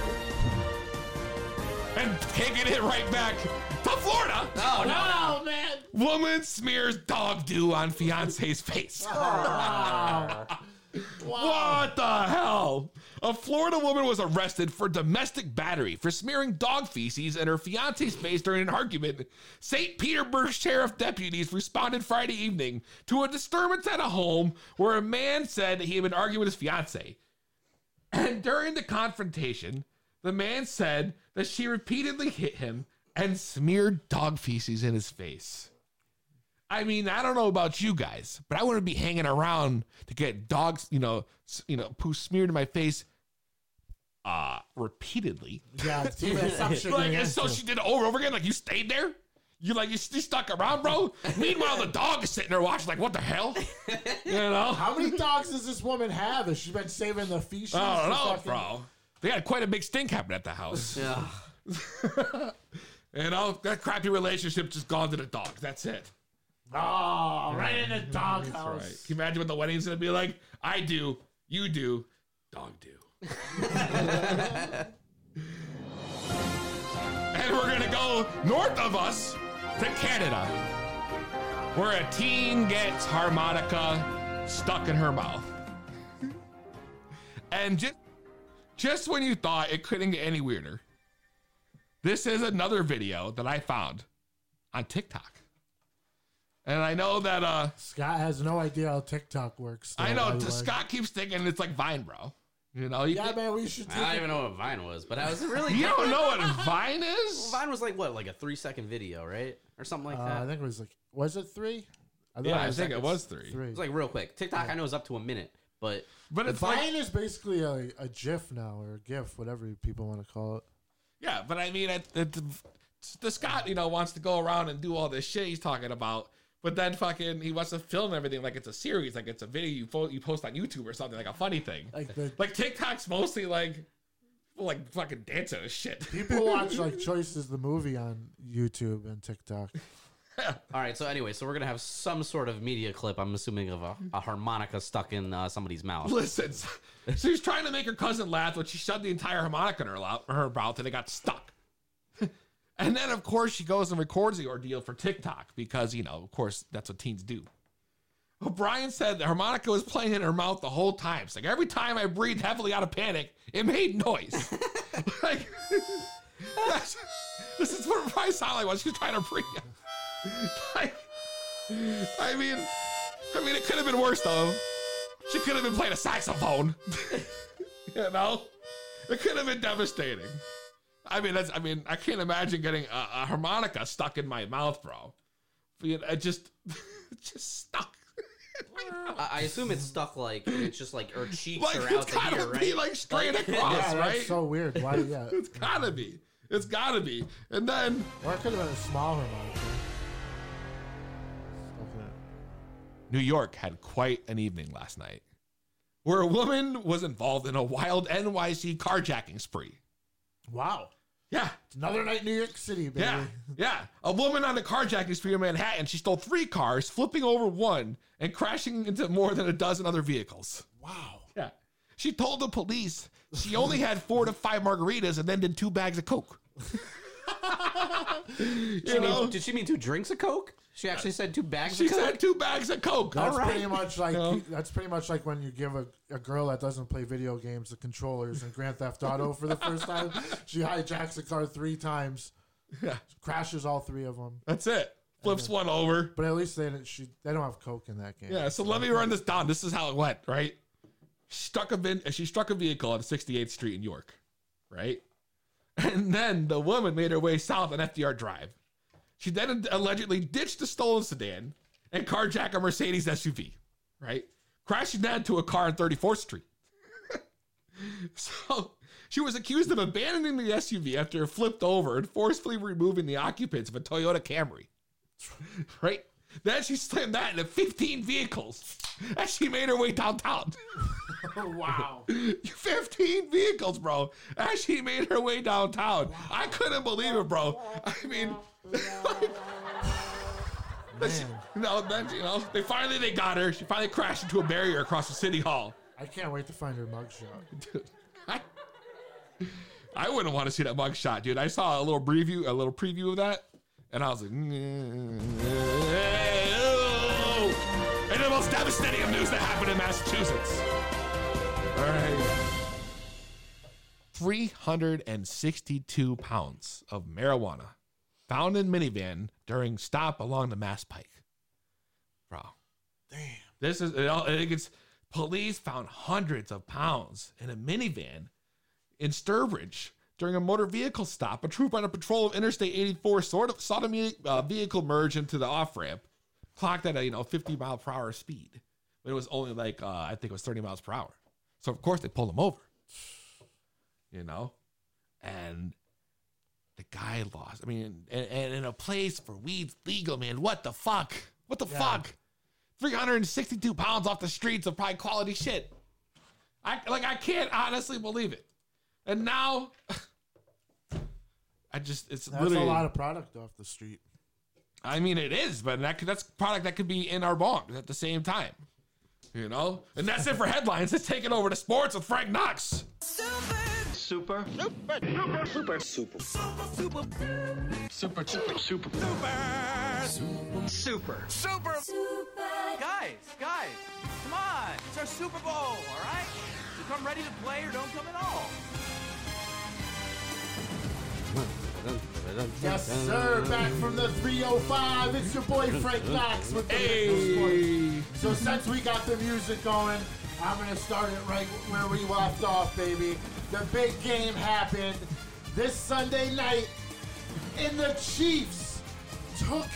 Speaker 4: And taking it right back to Florida.
Speaker 6: Oh, no,
Speaker 4: man. Woman smears dog dew on fiance's face.
Speaker 6: Oh.
Speaker 4: What the hell? A Florida woman was arrested for domestic battery for smearing dog feces in her fiance's face during an argument. St. Petersburg sheriff deputies responded Friday evening to a disturbance at a home where a man said that he had been arguing with his fiancee. And during the confrontation, the man said that she repeatedly hit him and smeared dog feces in his face. I mean, I don't know about you guys, but I wouldn't be hanging around to get dogs, you know, s- you know, poo smeared in my face uh repeately.
Speaker 5: Yeah, it's too bad. Stop shaking
Speaker 4: Like,
Speaker 5: your
Speaker 4: and
Speaker 5: ass,
Speaker 4: so
Speaker 5: too.
Speaker 4: she did it over and over again. Like, you stayed there? You like you, st- you stuck around, bro? Meanwhile, the dog is sitting there watching, like, what the hell? You know?
Speaker 5: How many dogs does this woman have? Has she been saving the feces?
Speaker 4: I don't
Speaker 5: for
Speaker 4: know,
Speaker 5: fucking-
Speaker 4: Oh, bro. They had quite a big stink happen at the house.
Speaker 6: Yeah.
Speaker 4: You know, that crappy relationship just gone to the dog. That's it.
Speaker 5: Oh, right in the
Speaker 4: Right.
Speaker 5: doghouse.
Speaker 4: Can you imagine what the wedding's gonna be like? I do, you do, dog do. and we're gonna go north of us to Canada, where a teen gets harmonica stuck in her mouth. and just just when you thought it couldn't get any weirder, this is another video that I found on TikTok. And I know that uh
Speaker 5: Scott has no idea how TikTok works.
Speaker 4: I know
Speaker 5: though, by the way.
Speaker 4: Scott keeps thinking it's like Vine, bro. You know, you
Speaker 5: Yeah, man, we should.
Speaker 6: I don't even know what Vine was, but I was really.
Speaker 4: You don't know what Vine is?
Speaker 6: Well, Vine was like what, like a three second video, right, or something like
Speaker 5: Uh,
Speaker 6: that.
Speaker 5: I think it was like, was it three? thought
Speaker 6: Yeah, I
Speaker 5: was
Speaker 6: think
Speaker 5: like
Speaker 6: it
Speaker 5: a-
Speaker 6: was three.
Speaker 5: Three.
Speaker 6: It's like real quick. TikTok, I know, is up to a minute, but
Speaker 4: But
Speaker 5: The
Speaker 4: it's like-
Speaker 5: Vine is basically a, a GIF now or a GIF, whatever you people want to call it.
Speaker 4: Yeah, but I mean, it, it, the Scott, you know, wants to go around and do all this shit he's talking about, but then fucking he wants to film everything like it's a series, like it's a video you, fo- you post on YouTube or something, like a funny thing.
Speaker 5: Like
Speaker 4: Like,
Speaker 5: the-
Speaker 4: TikTok's mostly like, people like fucking dancing and shit.
Speaker 5: People watch like Choices the movie on YouTube and TikTok.
Speaker 6: All right, so anyway, so we're gonna have some sort of media clip. I'm assuming of a, a harmonica stuck in uh, somebody's mouth.
Speaker 4: Listen, so she was trying to make her cousin laugh, but she shoved the entire harmonica in her, lou- her mouth and it got stuck. and then, of course, she goes and records the ordeal for TikTok because, you know, of course, that's what teens do. O'Brien said the harmonica was playing in her mouth the whole time. It's like every time I breathed heavily out of panic, it made noise. like, that's- this is what O'Brien sounded like when she was trying to breathe. like, I mean, I mean, it could have been worse though. She could have been playing a saxophone. you know, it could have been devastating. I mean, that's. I mean, I can't imagine getting a, a harmonica stuck in my mouth, bro. I mean, I just, it just stuck.
Speaker 6: I, I assume it's stuck like it's just like her cheeks
Speaker 4: Like,
Speaker 6: are
Speaker 4: it's
Speaker 6: out to
Speaker 4: gotta
Speaker 6: here,
Speaker 4: be,
Speaker 6: right?
Speaker 4: like, straight across.
Speaker 5: yeah,
Speaker 4: right?
Speaker 5: That's so weird. Why? Yeah.
Speaker 4: It's gotta be. It's gotta be. And then
Speaker 5: Or it could have been a small harmonica.
Speaker 4: New York had quite an evening last night, where a woman was involved in a wild NYC carjacking spree.
Speaker 5: Wow.
Speaker 4: Yeah.
Speaker 5: Another night in New York City, baby.
Speaker 4: Yeah, yeah. A woman on a carjacking spree in Manhattan. She stole three cars, flipping over one and crashing into more than a dozen other vehicles.
Speaker 5: Wow.
Speaker 4: Yeah. She told the police she only had four to five margaritas and then did two bags of coke.
Speaker 6: Did
Speaker 4: You
Speaker 6: she,
Speaker 4: know?
Speaker 6: mean, did she mean two drinks of coke? She actually said two bags.
Speaker 4: She
Speaker 6: of coke?
Speaker 4: said two bags of coke.
Speaker 5: That's pretty much like that's pretty much like when you give a, a girl that doesn't play video games the controllers in Grand Theft Auto for the first time. She hijacks the car three times, crashes all three of them.
Speaker 4: That's it. Flips one over.
Speaker 5: But at least they didn't, she they don't have coke in that game.
Speaker 4: Yeah, so let me run this down. This is how it went, right? She struck a vin- she struck a vehicle on 68th Street in York, right? And then the woman made her way south on FDR Drive. She then allegedly ditched the stolen sedan and carjacked a Mercedes SUV, right? Crashing that into a car on 34th Street. so she was accused of abandoning the SUV after it flipped over and forcefully removing the occupants of a Toyota Camry right? Then she slammed that into 15 vehicles as she made her way downtown.
Speaker 5: wow.
Speaker 4: 15 vehicles, bro, as she made her way downtown. I couldn't believe it, bro. I mean, no, then, you know, they finally, they got her. She finally crashed into a barrier across the city hall.
Speaker 5: I can't wait to find her mugshot.
Speaker 4: I wouldn't want to see that mugshot, dude. I saw a little preview, a little preview of that, and I was like, "Ew." and the most devastating of news that happened in Massachusetts. All right. 362 pounds of marijuana found in minivan during stop along the Mass Pike. Bro. Damn. This is, it all, it gets, police found hundreds of pounds in a minivan in Sturbridge during a motor vehicle stop. A troop on a patrol of Interstate 84 sort of saw the uh, vehicle merge into the off ramp, clocked at a you know 50 mile per hour speed, but it was only like uh, I think it was 30 miles per hour. So of course they pulled him over, you know, and the guy lost. I mean, and, and in a place for weeds legal, man, what the fuck? What the fuck? 362 pounds off the streets of probably quality shit. I like I can't honestly believe it. And now I just it's
Speaker 5: That's
Speaker 4: literally
Speaker 5: a lot of product off the street.
Speaker 4: I mean it is, but that could, that's product that could be in our bongs at the same time. You know? And that's it for headlines. Let's take it over to sports with Frank Knox.
Speaker 11: Super. Super. Super. Super. Super. Super. Super. Super. Super. Super. Super.
Speaker 12: Super. Guys, guys, come on. It's our Super Bowl, all right? So come ready to play or don't come at all.
Speaker 5: Yes, sir. Back from the 305. It's your boy Frank Knox with the Nickel Sports. So since we got the music going, I'm gonna start it right where we left off, baby. The big game happened this Sunday night, and the Chiefs took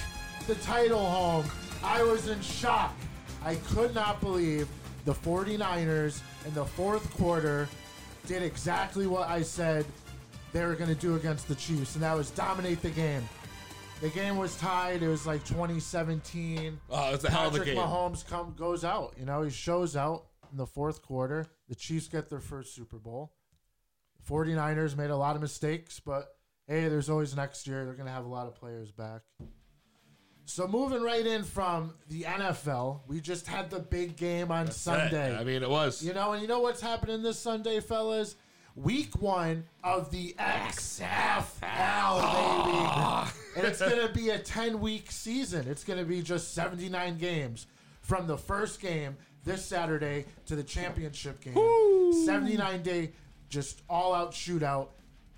Speaker 5: the title home. I was in shock. I could not believe the 49ers in the fourth quarter did exactly what I said they were going to do against the Chiefs, and that was dominate the game. The game was tied. It was like 2017.
Speaker 4: Oh, it's a hell of a
Speaker 5: Patrick
Speaker 4: game.
Speaker 5: Mahomes come goes out. You know, he shows out in the fourth quarter. The Chiefs get their first Super Bowl. 49ers made a lot of mistakes, but hey, there's always next year. They're going to have a lot of players back. So moving right in from the NFL, we just had the big game on Sunday.
Speaker 4: I mean, it was.
Speaker 5: You know, and you know what's happening this Sunday, fellas? Week one of the XFL, baby. and it's going to be a 10 week season. It's going to be just 79 games from the first game this Saturday to the championship game. 79 day, just all out shootout.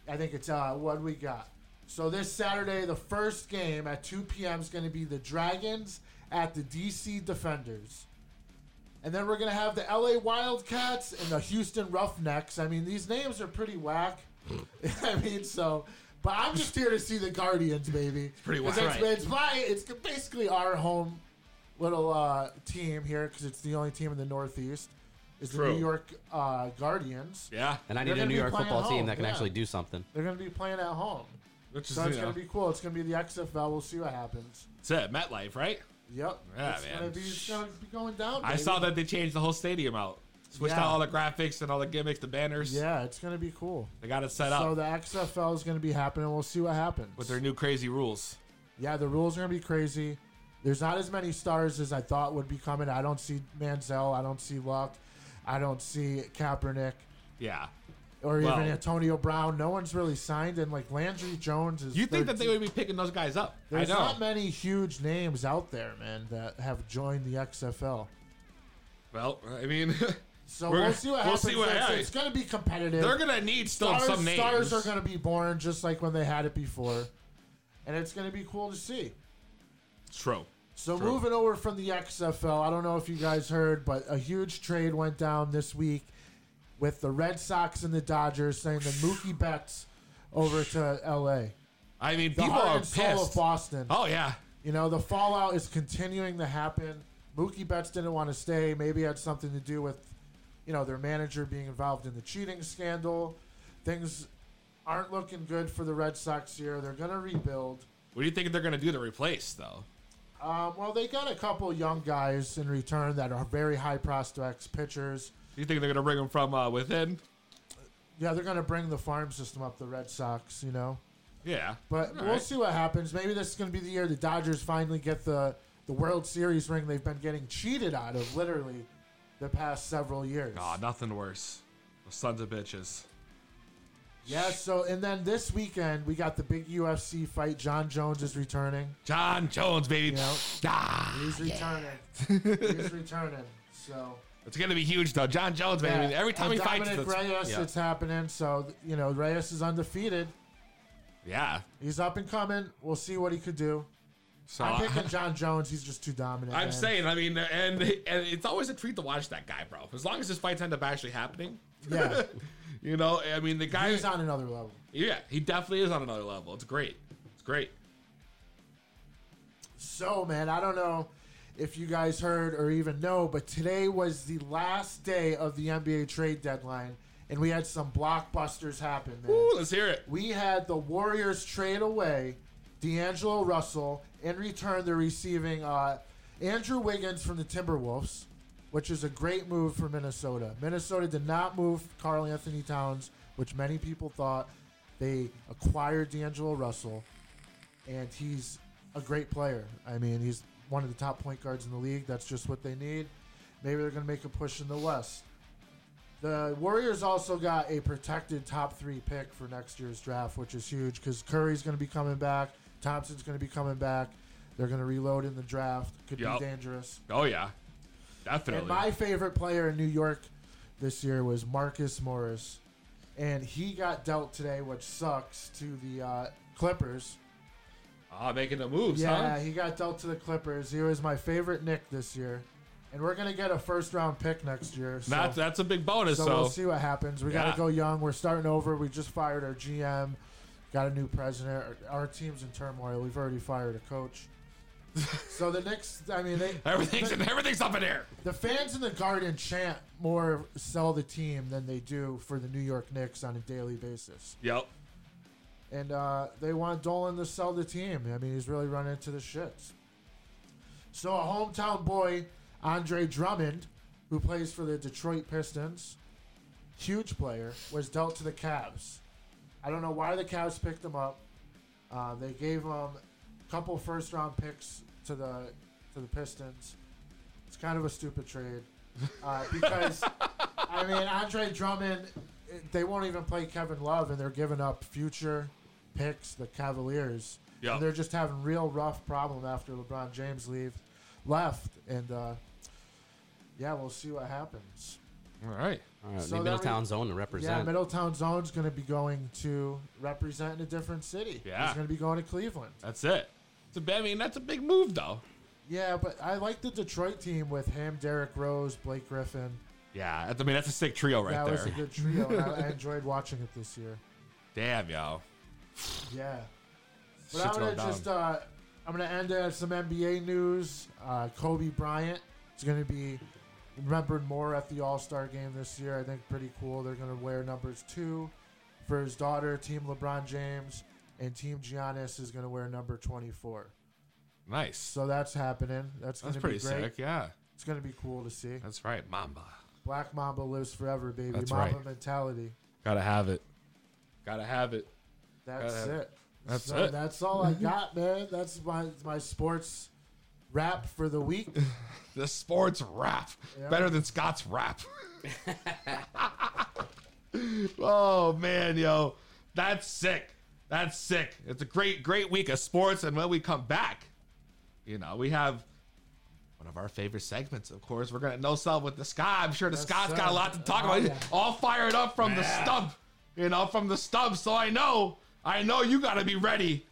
Speaker 5: I think it's uh, what we got. So this Saturday, the first game at 2 p.m. is going to be the Dragons at the DC Defenders. And then we're going to have the LA Wildcats and the Houston Roughnecks. I mean, these names are pretty whack. I mean, so. But I'm just here to see the Guardians, baby. It's
Speaker 4: pretty
Speaker 5: It's,
Speaker 4: whack. Right.
Speaker 5: it's my. It's basically our home little uh, team here because it's the only team in the Northeast. Is the
Speaker 6: True.
Speaker 5: New York uh, Guardians?
Speaker 6: And I
Speaker 5: They're
Speaker 6: need a
Speaker 5: gonna
Speaker 6: New
Speaker 5: be
Speaker 6: York
Speaker 5: playing
Speaker 6: football
Speaker 5: at
Speaker 6: team
Speaker 5: home,
Speaker 6: that can
Speaker 5: yeah.
Speaker 6: actually do something.
Speaker 5: They're going to be playing at home.
Speaker 4: Which
Speaker 5: so
Speaker 4: is,
Speaker 5: it's
Speaker 4: you
Speaker 5: going
Speaker 4: know.
Speaker 5: to be cool. It's going to be the XFL. We'll see what happens.
Speaker 4: That's it. MetLife, right?
Speaker 5: Yep.
Speaker 4: Yeah,
Speaker 5: it's
Speaker 4: man.
Speaker 5: Gonna be, it's going to be going down.
Speaker 4: I
Speaker 5: baby.
Speaker 4: saw that they changed the whole stadium out. Switched
Speaker 5: Yeah.
Speaker 4: out all the graphics and all the gimmicks, the banners.
Speaker 5: Yeah, it's going to be cool.
Speaker 4: They got it set
Speaker 5: so
Speaker 4: up
Speaker 5: the XFL is going to be happening. We'll see what happens.
Speaker 4: with their new crazy rules.
Speaker 5: Yeah, the rules are going to be crazy. There's not as many stars as I thought would be coming. I don't see Manziel. I don't see Luck. I don't see Kaepernick
Speaker 4: Yeah.
Speaker 5: or
Speaker 4: Well-
Speaker 5: even Antonio Brown. No one's really signed. And like Landry Jones is.
Speaker 4: You think that
Speaker 5: 13.
Speaker 4: they would be picking those guys up?
Speaker 5: There's
Speaker 4: I know.
Speaker 5: not many huge names out there, man, that have joined the XFL.
Speaker 4: well, I mean,
Speaker 5: So
Speaker 4: We're
Speaker 5: we'll
Speaker 4: gonna-
Speaker 5: see what
Speaker 4: we'll
Speaker 5: happens.
Speaker 4: see what
Speaker 5: next.
Speaker 4: happens.
Speaker 5: It's going to be competitive.
Speaker 4: They're gonna need still
Speaker 5: stars,
Speaker 4: some names.
Speaker 5: Stars are going to be born just like when they had it before, and it's going to be cool to see.
Speaker 4: it's true.
Speaker 5: So
Speaker 4: True.
Speaker 5: moving over from the XFL, I don't know if you guys heard, but a huge trade went down this week with the Red Sox and the Dodgers sending the Mookie Betts over to LA.
Speaker 4: I mean,
Speaker 5: The
Speaker 4: people
Speaker 5: heart
Speaker 4: are
Speaker 5: and soul of
Speaker 4: pissed.
Speaker 5: Boston.
Speaker 4: Oh yeah,
Speaker 5: You know, the fallout is continuing to happen. Mookie Betts didn't want to stay. Maybe it had something to do with, you know, their manager being involved in the cheating scandal. Things aren't looking good for the Red Sox here. They're going to rebuild.
Speaker 4: What do you think they're going to do to replace, though?
Speaker 5: Um, well, they got a couple young guys in return that are very high prospects, pitchers.
Speaker 4: Do you think they're going to bring them from uh, within?
Speaker 5: Yeah, they're going to bring the farm system up, the Red Sox, you know.
Speaker 4: Yeah.
Speaker 5: But
Speaker 4: All
Speaker 5: we'll
Speaker 4: right.
Speaker 5: see what happens. Maybe this is going to be the year the Dodgers finally get the, the World Series ring they've been getting cheated out of literally the past several years.
Speaker 4: Aw, nothing worse. Those sons of bitches.
Speaker 5: Yeah, so, and then this weekend, we got the big UFC fight. John Jones is returning.
Speaker 4: John Jones, baby.
Speaker 5: Yeah.
Speaker 4: Ah,
Speaker 5: He's returning. He's returning. So.
Speaker 4: it's going to be huge, though. John Jones,
Speaker 5: Yeah,
Speaker 4: baby. Every time he
Speaker 5: and
Speaker 4: fights,
Speaker 5: Dominic
Speaker 4: it's-
Speaker 5: Reyes,
Speaker 4: yeah.
Speaker 5: it's happening. So you know, Reyes is undefeated.
Speaker 4: yeah.
Speaker 5: He's up and coming. We'll see what he could do.
Speaker 4: So
Speaker 5: I'm picking John Jones. He's just too dominant.
Speaker 4: I'm
Speaker 5: man.
Speaker 4: saying, I mean, and and it's always a treat to watch that guy, bro. As long as his fights end up actually happening.
Speaker 5: Yeah.
Speaker 4: you know, I mean, the guy.
Speaker 5: he's on another level.
Speaker 4: yeah, he definitely is on another level. It's great. It's great.
Speaker 5: So man, I don't know if you guys heard or even know, but today was the last day of the NBA trade deadline, and we had some blockbusters happen. Man.
Speaker 4: Ooh, let's hear it.
Speaker 5: We had the Warriors trade away D'Angelo Russell. In return, they're receiving uh, Andrew Wiggins from the Timberwolves, which is a great move for Minnesota. Minnesota did not move Carl Anthony Towns, which many people thought. They acquired D'Angelo Russell, and he's a great player. I mean, he's one of the top point guards in the league. That's just what they need. Maybe they're going to make a push in the West. The Warriors also got a protected top three pick for next year's draft, which is huge because Curry's going to be coming back. Thompson's going to be coming back. They're going to reload in the draft. Could
Speaker 4: Yup.
Speaker 5: be dangerous.
Speaker 4: Oh yeah, definitely.
Speaker 5: And my favorite player in New York this year was Marcus Morris, and he got dealt today, which sucks to the uh, Clippers.
Speaker 4: Ah, making the moves,
Speaker 5: yeah,
Speaker 4: huh?
Speaker 5: he got dealt to the Clippers. He was my favorite Nick this year, and we're gonna get a first round pick next year. So.
Speaker 4: That's- that's a big bonus,
Speaker 5: So,
Speaker 4: so-
Speaker 5: we'll see what happens. We
Speaker 4: Yeah.
Speaker 5: gotta go young. We're starting over. We just fired our GM, got a new president. Our, our team's in turmoil. We've already fired a coach. so the Knicks, I mean, they
Speaker 4: Everything's
Speaker 5: the-
Speaker 4: everything's up in air.
Speaker 5: the fans in the Garden chant more "sell the team" than they do for the New York Knicks on a daily basis,
Speaker 4: Yep.
Speaker 5: and uh, they want Dolan to sell the team. I mean, he's really run into the shits. So a hometown boy, Andre Drummond, who plays for the Detroit Pistons, huge player, was dealt to the Cavs. I don't know why the Cavs picked him up. Uh, they gave him a couple first round picks to the to the Pistons. It's kind of a stupid trade uh, because I mean Andre Drummond. it- They won't even play Kevin Love, and they're giving up future picks. The Cavaliers.
Speaker 4: Yeah.
Speaker 5: And they're just having real rough problem after LeBron James leave left, and uh, yeah, we'll see what happens.
Speaker 4: All right.
Speaker 6: All right,
Speaker 5: So
Speaker 6: need
Speaker 5: that
Speaker 6: Middletown
Speaker 5: we-
Speaker 6: Zone to
Speaker 5: Yeah,
Speaker 6: represent.
Speaker 5: Middletown Zone's going to be going to represent in a different city.
Speaker 4: Yeah.
Speaker 5: He's going to be going to Cleveland.
Speaker 4: That's it. It's a, I mean, that's a big move though.
Speaker 5: Yeah, but I like the Detroit team with him, Derrick Rose, Blake Griffin.
Speaker 4: Yeah, that's, I mean that's a sick trio right
Speaker 5: that
Speaker 4: there.
Speaker 5: was a good trio. and I, I enjoyed watching it this year.
Speaker 4: Damn, yo.
Speaker 5: Yeah. But
Speaker 4: Shit's
Speaker 5: I'm gonna
Speaker 4: going down.
Speaker 5: just uh, I'm gonna end it with some NBA news. Uh, Kobe Bryant is gonna be remembered more at the All Star game this year. I think pretty cool. They're gonna wear numbers two for his daughter, Team LeBron James, and Team Giannis is gonna wear number twenty four.
Speaker 4: Nice.
Speaker 5: So that's happening. That's gonna
Speaker 4: That's pretty
Speaker 5: be great.
Speaker 4: sick. Yeah.
Speaker 5: It's gonna be cool to see.
Speaker 4: That's right, Mamba.
Speaker 5: Black Mamba lives forever, baby.
Speaker 4: That's
Speaker 5: Mamba
Speaker 4: right.
Speaker 5: mentality.
Speaker 4: Gotta have it. Gotta have it.
Speaker 5: That's
Speaker 4: Gotta have-
Speaker 5: it.
Speaker 4: That's
Speaker 5: So
Speaker 4: it.
Speaker 5: That's all I got, man. That's my my sports wrap for the week.
Speaker 4: The sports rap.
Speaker 5: Yeah.
Speaker 4: Better than Scott's rap. oh man, yo. That's sick. That's sick. It's a great, great week of sports. And when we come back, you know, we have one of our favorite segments, of course. We're gonna no sell with the sky. I'm sure the
Speaker 13: Yes,
Speaker 4: Scott's got
Speaker 13: sir.
Speaker 4: a lot to talk
Speaker 13: Oh,
Speaker 4: about. He's
Speaker 13: yeah.
Speaker 4: All fired up from the
Speaker 13: Yeah.
Speaker 4: stub. You know, from the stub. So I know, I know you gotta be ready.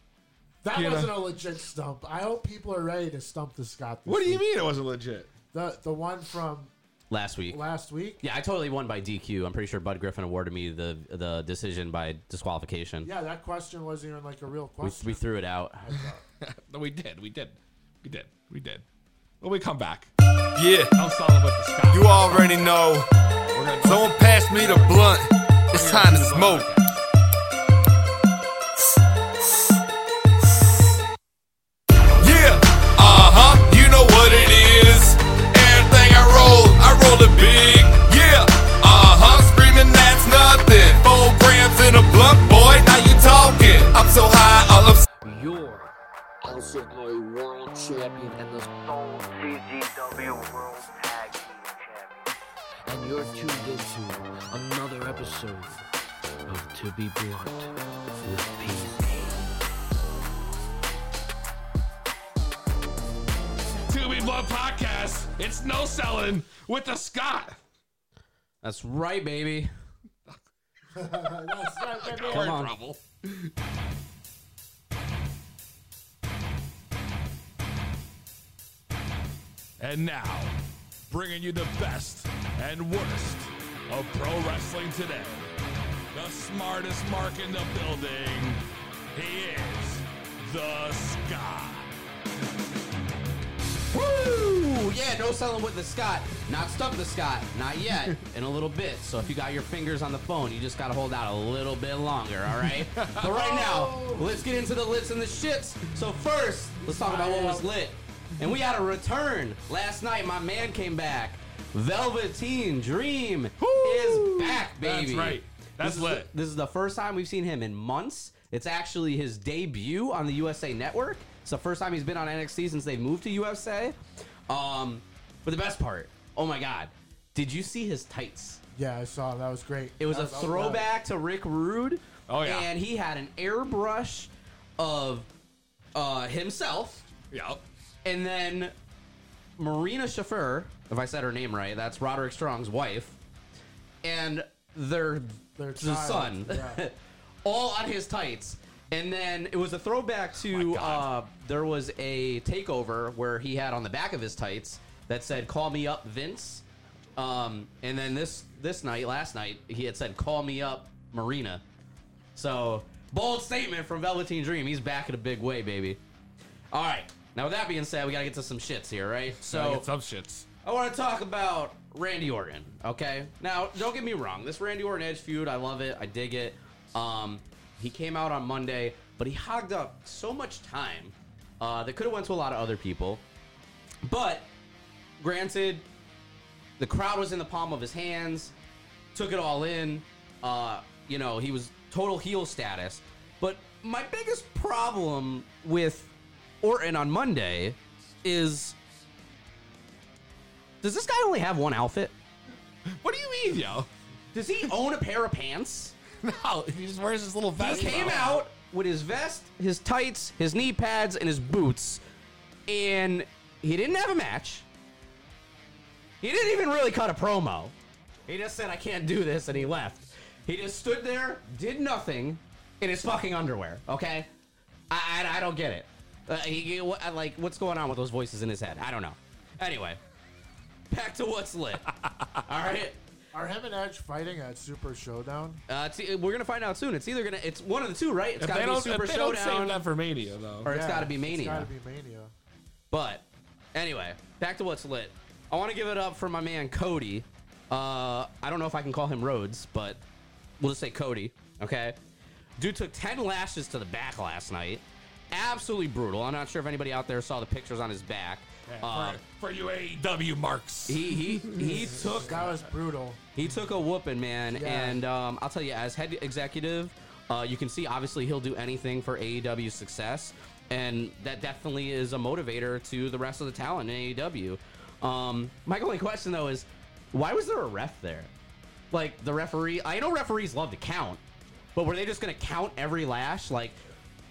Speaker 5: That
Speaker 4: You know.
Speaker 5: wasn't a legit stump. I hope people are ready to stump the Scott. This
Speaker 4: What do you
Speaker 5: week.
Speaker 4: mean it wasn't legit?
Speaker 5: The the one from
Speaker 6: Last week.
Speaker 5: last week.
Speaker 6: Yeah, I totally won by DQ. I'm pretty sure Bud Griffin awarded me the the decision by disqualification.
Speaker 5: Yeah, that question wasn't even like a real
Speaker 6: we,
Speaker 5: question.
Speaker 6: we threw it out.
Speaker 4: No, we did. We did. We did. We did. When we come back.
Speaker 13: Yeah.
Speaker 4: I'm solid with the sky.
Speaker 13: You already know. Don't pass me the blunt. It's time to smoke. Yeah. Uh huh. You know what it is. Everything I roll, I roll it big. Yeah. Uh huh. Screaming that's nothing. Four grams in a blunt, boy. Now you talking. I'm so high, all I'm.
Speaker 8: You're also a world champion in the sole CGW World Tag Team Champion. And you're tuned into another episode of To Be Blunt with PZ.
Speaker 4: To Be Blood Podcast. It's no selling with the Scott.
Speaker 6: That's right, baby.
Speaker 5: That's right, baby.
Speaker 6: Come on.
Speaker 4: trouble. And now, bringing you the best and worst of pro wrestling today. The smartest mark in the building. He is the Scott.
Speaker 6: Woo! Yeah, no selling with the Scott. Not stuck the Scott. Not yet. In a little bit. So if you got your fingers on the phone, you just gotta hold out a little bit longer, all right? but right now, let's get into the lits and the shits. So first, let's talk about what was lit. And we had a return last night. My man came back. Velveteen Dream is back, baby.
Speaker 4: That's right. That's
Speaker 6: this Is
Speaker 4: lit.
Speaker 6: the, this is the first time we've seen him in months. It's actually his debut on the USA Network. It's the first time he's been on NXT since they moved to USA. Um, but the best part, Oh my god, did you see his tights?
Speaker 5: Yeah, I saw. That was great.
Speaker 6: It was
Speaker 5: That
Speaker 6: a throwback to Rick Rude.
Speaker 5: Oh, yeah.
Speaker 6: and he had an airbrush of uh, himself.
Speaker 4: Yep.
Speaker 6: And then Marina Chauffeur, if I said her name right, that's Roderick Strong's wife, and their their
Speaker 5: child,
Speaker 6: son,
Speaker 5: yeah.
Speaker 6: all on his tights. And then it was a throwback to uh, there was a takeover where he had on the back of his tights that said "Call me up, Vince." Um, and then this this night, last night, he had said "Call me up, Marina." So bold statement from Velveteen Dream. He's back in a big way, baby. All right. Now with that being said, we gotta get to some shits here, right?
Speaker 4: Gotta
Speaker 6: So
Speaker 4: get some shits.
Speaker 6: I want to talk about Randy Orton. Okay, now don't get me wrong. This Randy Orton Edge feud, I love it. I dig it. Um, he came out on Monday, but he hogged up so much time uh, that could have went to a lot of other people. But granted, the crowd was in the palm of his hands, took it all in. Uh, you know, he was total heel status. But my biggest problem with Orton on Monday is does this guy only have one outfit? What do you mean, yo? Does he own a pair of pants? No, he just wears his little
Speaker 4: vest,
Speaker 6: He came
Speaker 4: though.
Speaker 6: out with his vest, his tights, his knee pads, and his boots, and he didn't have a match. He didn't even really cut a promo. He just said, I can't do this, and he left. He just stood there, did nothing, in his fucking underwear, okay? I, I, I don't get it. Uh, he- he- what- I- like, what's going on with those voices in his head? I don't know. Anyway, back to what's lit. All right.
Speaker 5: Are him and Edge fighting at Super Showdown?
Speaker 6: Uh, it's, we're gonna find out soon. It's either gonna, it's one of the two, right? It's
Speaker 4: if
Speaker 6: gotta
Speaker 4: they
Speaker 6: be
Speaker 4: don't,
Speaker 6: Super
Speaker 4: if they
Speaker 6: Showdown.
Speaker 4: don't save that for Mania, though,
Speaker 6: Or it's Yeah, gotta be it's Mania.
Speaker 5: Gotta be Mania.
Speaker 6: But anyway, back to what's lit. I want to give it up for my man Cody. Uh, I don't know if I can call him Rhodes, but we'll just say Cody. Okay, dude took ten lashes to the back last night. Absolutely brutal. I'm not sure if anybody out there saw the pictures on his back. Uh,
Speaker 4: for you AEW marks.
Speaker 6: He he he took
Speaker 5: That was brutal.
Speaker 6: He took a whooping, man.
Speaker 5: Yeah.
Speaker 6: And um, I'll tell you, as head executive, uh, you can see obviously he'll do anything for AEW's success, and that definitely is a motivator to the rest of the talent in AEW. Um, my only question though is, why was there a ref there? Like the referee, I know referees love to count, but were they just gonna count every lash? Like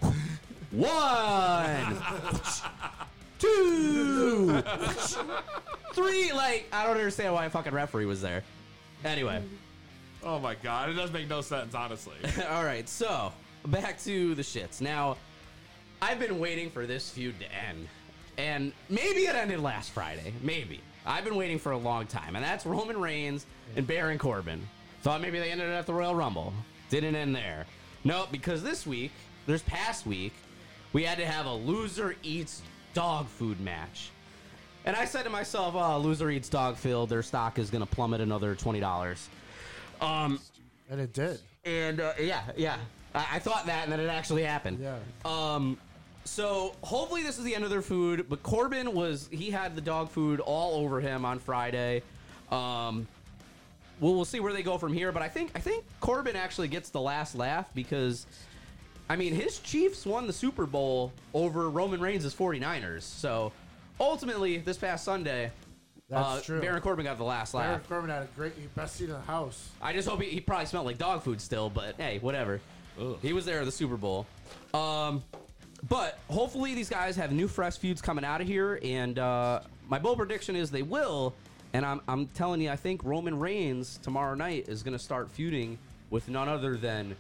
Speaker 6: one, two, three. Like I don't understand why a fucking referee was there. Anyway.
Speaker 4: Oh my god, it does make no sense, honestly.
Speaker 6: All right, so back to the shits. Now, I've been waiting for this feud to end, and maybe it ended last Friday. Maybe I've been waiting for a long time, and that's Roman Reigns and Baron Corbin. Thought maybe they ended it at the Royal Rumble. Didn't end there. No, because this week, this past week, we had to have a loser eats dog food match. And I said to myself, oh, loser eats dog food. Their stock is going to plummet another $20. Um,
Speaker 5: and it did.
Speaker 6: And uh, yeah, yeah. I, I thought that, and then it actually happened. Yeah. Um. So hopefully this is the end of their food. But Corbin was he had the dog food all over him on Friday. Um. Well, we'll see where they go from here. But I think I think Corbin actually gets the last laugh because. I mean, his Chiefs won the Super Bowl over Roman Reigns' 49ers. So, ultimately, this past Sunday,
Speaker 5: That's
Speaker 6: uh,
Speaker 5: true.
Speaker 6: Baron Corbin got the last laugh.
Speaker 5: Baron Corbin had a great best seat in the house.
Speaker 6: I just hope he, he probably smelled like dog food still, but hey, whatever. He was there at the Super Bowl. Um, but hopefully these guys have new fresh feuds coming out of here, and uh, my bold prediction is they will. And I'm, I'm telling you, I think Roman Reigns tomorrow night is going to start feuding with none other than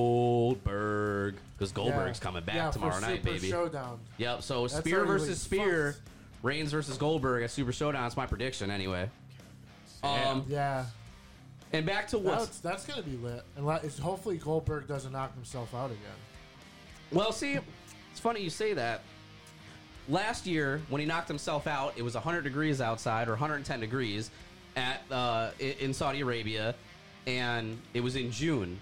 Speaker 6: Goldberg, because Goldberg's
Speaker 5: Yeah.
Speaker 6: coming back
Speaker 5: Yeah, for
Speaker 6: tomorrow night,
Speaker 5: Super
Speaker 6: baby.
Speaker 5: Showdown.
Speaker 6: Yep. So
Speaker 5: That's
Speaker 6: Spear
Speaker 5: already
Speaker 6: versus
Speaker 5: fucked.
Speaker 6: Spear, Reigns versus Goldberg at Super Showdown. That's my prediction, anyway. Um,
Speaker 5: yeah.
Speaker 6: And back to what's
Speaker 5: That's, that's gonna be lit. And li- it's- hopefully Goldberg doesn't knock himself out again.
Speaker 6: Well, see, it's funny you say that. Last year, when he knocked himself out, it was 100 degrees outside or 110 degrees at uh, i- in Saudi Arabia, and it was in June.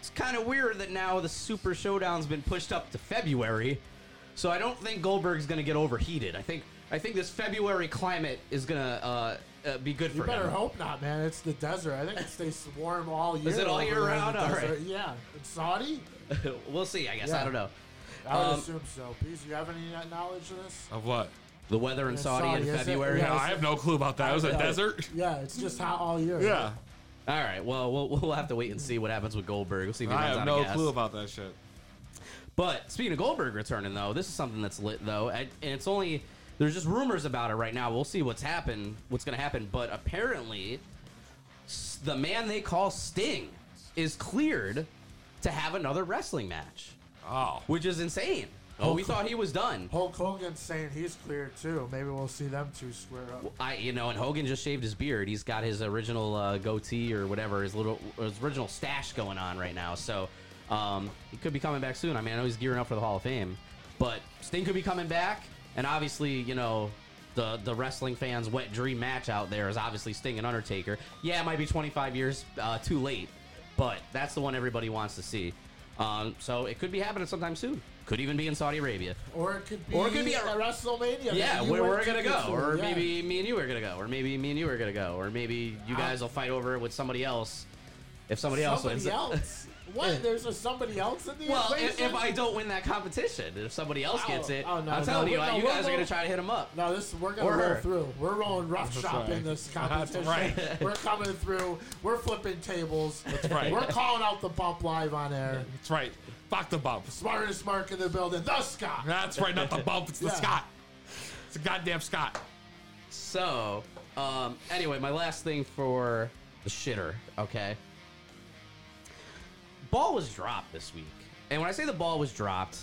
Speaker 6: It's kind of weird that now the Super Showdown's been pushed up to February, so I don't think Goldberg's going to get overheated. I think I think this February climate is going to uh, uh, be good
Speaker 5: You
Speaker 6: for him.
Speaker 5: better hope not, man. It's the desert. I think it stays warm all year.
Speaker 6: Is it all
Speaker 5: over
Speaker 6: year
Speaker 5: there in the
Speaker 6: round? All
Speaker 5: desert.
Speaker 6: right.
Speaker 5: Yeah. In Saudi?
Speaker 6: we'll see. I guess
Speaker 5: Yeah.
Speaker 6: I don't know.
Speaker 5: I would
Speaker 6: Um,
Speaker 5: assume so. Peace, you have any knowledge of this?
Speaker 4: Of what?
Speaker 6: The weather in
Speaker 5: Yeah,
Speaker 6: Saudi,
Speaker 5: Saudi, is
Speaker 6: in
Speaker 5: it?
Speaker 6: February.
Speaker 5: Yeah, No, I have
Speaker 4: no clue about that. It was a
Speaker 5: Yeah.
Speaker 4: desert.
Speaker 5: Yeah, it's just hot all year.
Speaker 4: Yeah.
Speaker 6: All right. Well, we'll we'll have to wait and see what happens with Goldberg. We'll see if he
Speaker 4: I
Speaker 6: runs
Speaker 4: have
Speaker 6: out
Speaker 4: no
Speaker 6: of gas.
Speaker 4: clue about that shit.
Speaker 6: But speaking of Goldberg returning, though, this is something that's lit, though, and and it's only there's just rumors about it right now. We'll see what's happened, what's going to happen. But apparently, S- the man they call Sting is cleared to have another wrestling match.
Speaker 4: Oh,
Speaker 6: which is insane. Oh, we thought he was done.
Speaker 5: Hulk Hogan's saying he's clear too. Maybe we'll see them two square up.
Speaker 6: I, you know, and Hogan just shaved his beard. He's got his original uh, goatee or whatever, his little his original stash going on right now. So um, he could be coming back soon. I mean, I know he's gearing up for the Hall of Fame, but Sting could be coming back. And obviously, you know, the the wrestling fans' wet dream match out there is obviously Sting and Undertaker. Yeah, it might be 25 years uh, too late, but that's the one everybody wants to see. Um, so it could be happening sometime soon. Could even be in Saudi Arabia.
Speaker 5: Or it could be,
Speaker 6: Or it could be
Speaker 5: at
Speaker 6: a-
Speaker 5: WrestleMania.
Speaker 6: Yeah,
Speaker 5: Maybe you
Speaker 6: where
Speaker 5: win
Speaker 6: we're gonna
Speaker 5: tickets
Speaker 6: go,
Speaker 5: for it,
Speaker 6: or
Speaker 5: yeah.
Speaker 6: maybe me and you are gonna go, or maybe me and you are gonna go, or maybe you guys will fight over it with somebody else. If somebody else wins,
Speaker 5: Somebody
Speaker 6: it.
Speaker 5: else? what? There's a somebody else in the
Speaker 6: well, if, if
Speaker 5: equation?
Speaker 6: I don't win that competition, if somebody else gets it,
Speaker 5: Oh, no,
Speaker 6: I'm
Speaker 5: no,
Speaker 6: telling you,
Speaker 5: we're- no,
Speaker 6: you
Speaker 5: we're
Speaker 6: guys are
Speaker 5: going-
Speaker 6: gonna try to hit him up.
Speaker 5: No, this we're gonna
Speaker 6: Or
Speaker 5: roll
Speaker 6: her.
Speaker 5: through. We're rolling rough
Speaker 6: That's
Speaker 5: shop
Speaker 6: right.
Speaker 5: in this
Speaker 6: That's
Speaker 5: competition.
Speaker 6: right.
Speaker 5: We're coming through. We're flipping tables. That's
Speaker 4: right.
Speaker 5: We're calling out the bump live on air.
Speaker 4: That's right. Fuck the bump.
Speaker 5: Smartest mark in the building, the Scott.
Speaker 4: That's right, not the bump. It's the
Speaker 5: Yeah.
Speaker 4: Scott. It's the goddamn Scott.
Speaker 6: So, um, anyway, my last thing for the shitter, okay? Ball was dropped this week. And when I say the ball was dropped,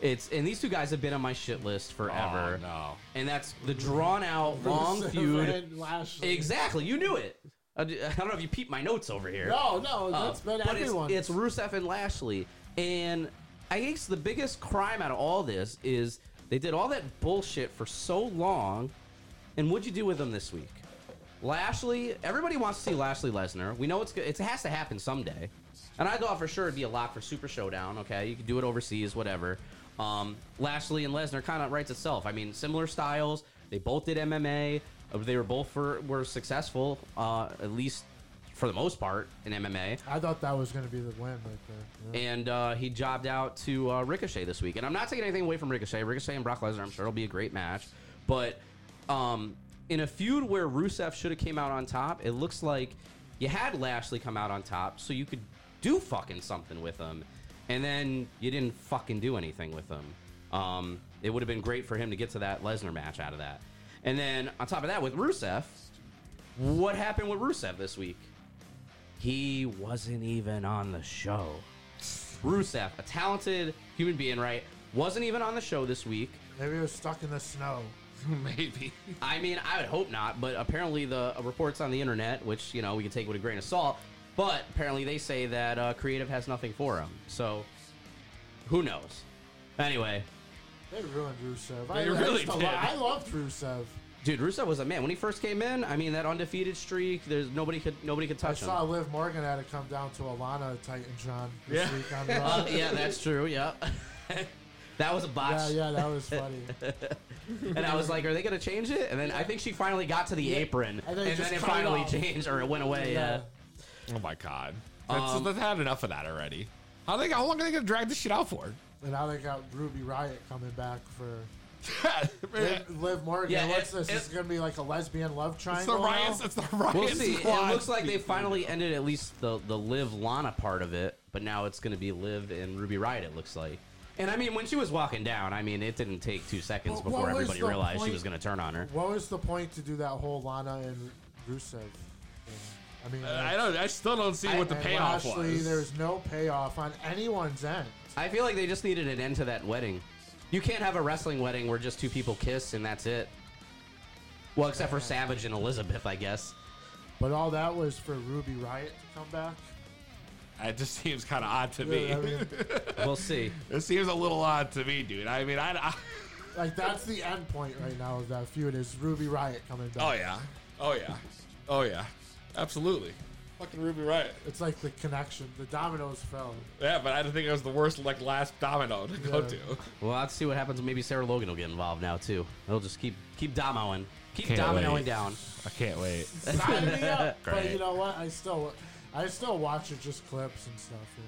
Speaker 6: it's and these two guys have been on my shit list
Speaker 5: Oh,
Speaker 6: forever. no. And that's the drawn out long
Speaker 5: Rusev
Speaker 6: feud.
Speaker 5: and Lashley.
Speaker 6: Exactly. You knew it. I d- I don't know if you peeped my notes over here.
Speaker 5: No, no,
Speaker 6: that's
Speaker 5: that's been
Speaker 6: Oh, but it's-
Speaker 5: everyone.
Speaker 6: It's, Rusev and Lashley. And I guess the biggest crime out of all this is they did all that bullshit for so long. And what'd you do with them this week? Lashley, everybody wants to see Lashley Lesnar. We know it's go- it has to happen someday. And I thought for sure it'd be a lock for Super Showdown. Okay, you could do it overseas, whatever. Um, Lashley and Lesnar kind of writes itself. I mean, similar styles. They both did MMA. Uh, They were both for, were successful, uh, at least for the most part in MMA.
Speaker 5: I thought that was gonna be the win right there. Yeah.
Speaker 6: And uh, he jobbed out to uh, Ricochet this week. And I'm not taking anything away from Ricochet. Ricochet and Brock Lesnar, I'm sure it'll be a great match. But um, in a feud where Rusev should have came out on top, it looks like you had Lashley come out on top, so you could do fucking something with him. And then you didn't fucking do anything with him. Um, it would have been great for him to get to that Lesnar match out of that. And then on top of that, with Rusev, what happened with Rusev this week? He wasn't even on the show. Rusev, a talented human being, right? Wasn't even on the show this week.
Speaker 5: Maybe it was stuck in the snow.
Speaker 4: Maybe.
Speaker 6: I mean, I would hope not, but apparently the uh, reports on the internet, which you know we can take with a grain of salt, but apparently they say that uh, creative has nothing for him. So who knows? Anyway,
Speaker 5: They ruined Rusev.
Speaker 6: They
Speaker 5: I,
Speaker 6: really
Speaker 5: used to
Speaker 6: did.
Speaker 5: lo- I loved Rusev.
Speaker 6: dude, Rusev was a man when he first came in. I mean, that undefeated streak. There's nobody could nobody could
Speaker 5: I
Speaker 6: touch him.
Speaker 5: saw Liv Morgan had to come down to Alana Titan John this
Speaker 6: Yeah.
Speaker 5: week on
Speaker 6: Uh,
Speaker 5: Raw.
Speaker 6: yeah, that's true. Yeah, that was a botch.
Speaker 5: Yeah, yeah, that was funny.
Speaker 6: and I was like, "Are they gonna change it?" And then I think she finally got to the apron, and then,
Speaker 5: And then it
Speaker 6: it
Speaker 5: just cut
Speaker 6: finally
Speaker 5: off.
Speaker 6: changed, or it went away. Yeah.
Speaker 4: Oh my god. That's,
Speaker 6: Um,
Speaker 4: they've had enough of that already. How they? How long are they gonna drag this shit out for?
Speaker 5: And now they got Ruby Riot coming back for Liv, Liv Morgan.
Speaker 6: Yeah,
Speaker 5: What's
Speaker 6: it-
Speaker 5: this? This is gonna be like a lesbian love triangle.
Speaker 4: riots-
Speaker 5: now?
Speaker 4: it's the
Speaker 6: We'll see. It looks like they finally ended at least the the live Lana part of it, but now it's gonna be live and Ruby Riot. It looks like. And I mean, when she was walking down, I mean, it didn't take two seconds
Speaker 5: But what
Speaker 6: before
Speaker 5: was
Speaker 6: everybody
Speaker 5: the
Speaker 6: realized she
Speaker 5: point-
Speaker 6: was gonna turn on her.
Speaker 5: What was the point to do that whole Lana and Rusev? Thing? I mean,
Speaker 4: Uh, I don't. I still don't see what the
Speaker 5: and
Speaker 4: payoff
Speaker 5: Lashley,
Speaker 4: was.
Speaker 5: There's no payoff on anyone's end.
Speaker 6: I feel like they just needed an end to that wedding. You can't have a wrestling wedding where just two people kiss and that's it. Well, except for Savage and Elizabeth, I guess.
Speaker 5: But all that was for Ruby Riot to come back.
Speaker 4: It just seems kind of odd to
Speaker 5: Yeah, I
Speaker 4: me.
Speaker 5: mean-
Speaker 6: We'll see.
Speaker 4: it seems a little odd to me, dude. I mean, I. I
Speaker 5: Like that's the end point right now of that feud is Ruby Riot coming back.
Speaker 4: oh yeah. Oh yeah. Oh yeah. Absolutely. Fucking Ruby Riot.
Speaker 5: It's like the connection. The dominoes fell.
Speaker 4: Yeah, but I think it was the worst like last domino to go
Speaker 5: Yeah.
Speaker 4: to.
Speaker 6: Well, let's see what happens. Maybe Sarah Logan will get involved now too. They'll just keep keep dominoing, keep
Speaker 4: Can't
Speaker 6: dominoing
Speaker 4: wait.
Speaker 6: down.
Speaker 4: I can't wait.
Speaker 5: Sign me up. But
Speaker 4: Great.
Speaker 5: you know what? I still, I still watch it just clips and stuff. You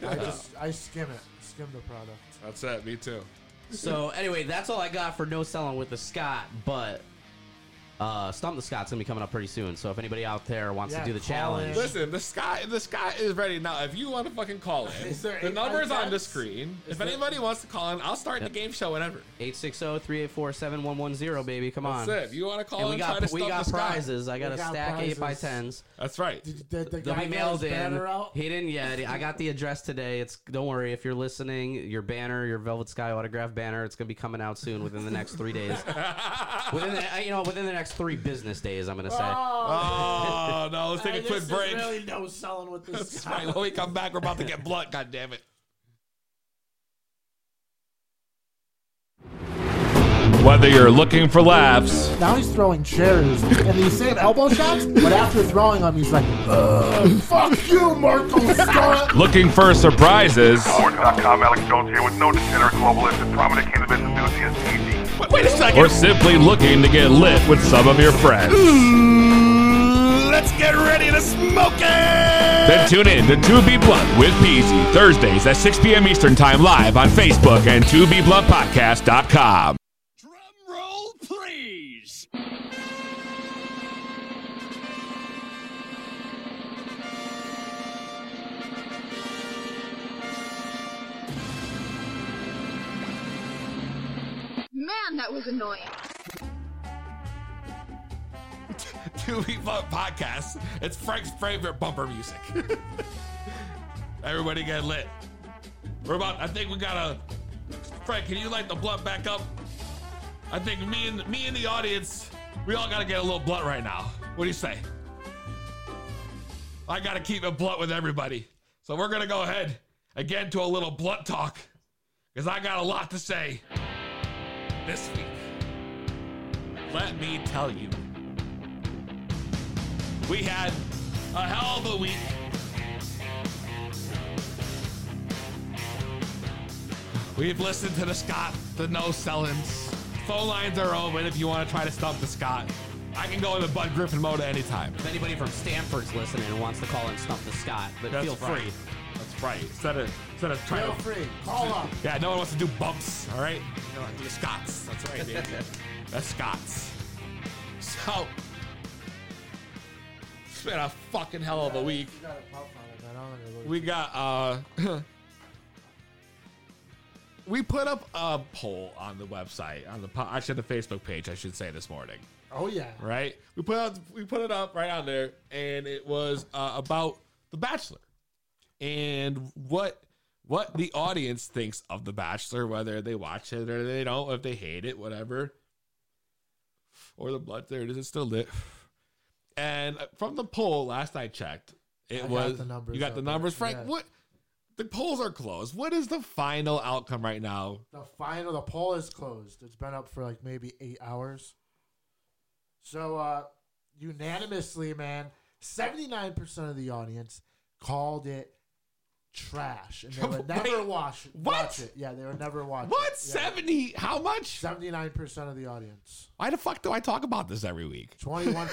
Speaker 5: know, I just I skim it, skim the product.
Speaker 4: That's it. Me too.
Speaker 6: So anyway, that's all I got for no selling with the Scott, but uh, stump the Scott's gonna be coming up pretty soon. So if anybody out there wants to do the challenge,
Speaker 4: Listen, the sky the sky is ready now. If you want to fucking call in,
Speaker 6: Is there
Speaker 4: the
Speaker 6: eight
Speaker 4: number is on the
Speaker 6: podcasts?
Speaker 4: screen.
Speaker 6: Is
Speaker 4: if
Speaker 6: there-
Speaker 4: anybody wants to call in, I'll start
Speaker 6: Yep.
Speaker 4: the game show whenever.
Speaker 6: oh, 860-384-7110, baby, come
Speaker 4: That's
Speaker 6: on.
Speaker 4: it. If you want to call
Speaker 6: and
Speaker 4: in,
Speaker 6: we got
Speaker 4: try to
Speaker 6: we
Speaker 4: stump
Speaker 6: got
Speaker 4: the Scott.
Speaker 6: prizes. I got
Speaker 4: We
Speaker 6: a
Speaker 4: got
Speaker 6: stack
Speaker 4: prizes.
Speaker 6: eight by tens.
Speaker 4: That's right.
Speaker 6: They'll
Speaker 5: guy
Speaker 6: be
Speaker 5: got
Speaker 6: mailed
Speaker 5: his
Speaker 6: in.
Speaker 5: banner out?
Speaker 6: He didn't yet. I got the address today. It's don't worry if you're listening. Your banner, your Velvet Sky autograph banner, it's gonna be coming out soon within the next three days. within the, uh, you know within the next three business days, I'm gonna say.
Speaker 5: Oh,
Speaker 4: Oh, no, let's take a
Speaker 5: Hey,
Speaker 4: quick
Speaker 5: this
Speaker 4: break.
Speaker 5: Is really no selling with this
Speaker 4: That's
Speaker 5: guy.
Speaker 4: right. When we come back, we're about to get blunt. God damn it.
Speaker 3: Whether you're looking for laughs,
Speaker 5: Now he's throwing chairs and he's saying elbow shots, but after throwing them, he's like, "Ugh, "Fuck you, Marco Scott."
Speaker 3: looking for surprises,
Speaker 14: Sports.com, Alex Jones here with no degenerate globalist and prominent cannabis enthusiast, TZ.
Speaker 3: Wait a second. or simply looking to get lit with some of your friends,
Speaker 13: Let's get ready to smoke
Speaker 3: then tune in to 2B Blunt with Peasy Thursdays at 6 p.m. Eastern Time live on Facebook and 2BBluntPodcast.com.
Speaker 13: please.
Speaker 15: Man, that was annoying.
Speaker 4: 2B Blunt Podcast. It's Frank's favorite bumper music. Everybody get lit. We're about, I think we got a. Frank, can you light the blunt back up? I think me and me and the audience, we all gotta get a little blunt right now. What do you say? I gotta keep it blunt with everybody. So we're gonna go ahead again to a little blunt talk. Cause I got a lot to say this week. Let me tell you. We had a hell of a week. We've listened to the Scott, the no sellings. Phone lines are open if you want to try to stump the Scott. I can go into Bud Griffin mode at any time.
Speaker 6: If anybody from Stanford's listening and wants to call and stump the Scott, then
Speaker 4: That's
Speaker 6: feel
Speaker 4: right.
Speaker 6: free.
Speaker 4: That's right. Instead of instead of trying
Speaker 5: Feel
Speaker 4: to
Speaker 5: free. Call up.
Speaker 4: Yeah, no one wants to do bumps, all right? No, I do Scots. That's right, baby. That's Scots. So, it's been a fucking hell of a week. We got, uh, we put up a poll on the website, on the, po- actually, the Facebook page, I should say, this morning
Speaker 5: Oh yeah.
Speaker 4: right? We put out, we put it up right on there, and it was uh, about The Bachelor and what what the audience thinks of The Bachelor, whether they watch it or they don't, if they hate it, whatever, or the blood there it is, it's still lit. And from the poll last I checked,
Speaker 5: I
Speaker 4: it
Speaker 5: got
Speaker 4: was
Speaker 5: the numbers
Speaker 4: you got
Speaker 5: up
Speaker 4: the numbers,
Speaker 5: there,
Speaker 4: Frank.
Speaker 5: yeah.
Speaker 4: What the polls are closed. What is the final outcome right now?
Speaker 5: The final, the poll is closed. It's been up for like maybe eight hours. So, uh, unanimously, man, 79% of the audience called it trash. And they would never
Speaker 4: Wait,
Speaker 5: watch,
Speaker 4: what?
Speaker 5: watch it. Yeah, they would never watch
Speaker 4: What
Speaker 5: it. Yeah.
Speaker 4: seventy? How much?
Speaker 5: 79% of the audience.
Speaker 4: Why the fuck do I talk about this every week?
Speaker 5: 21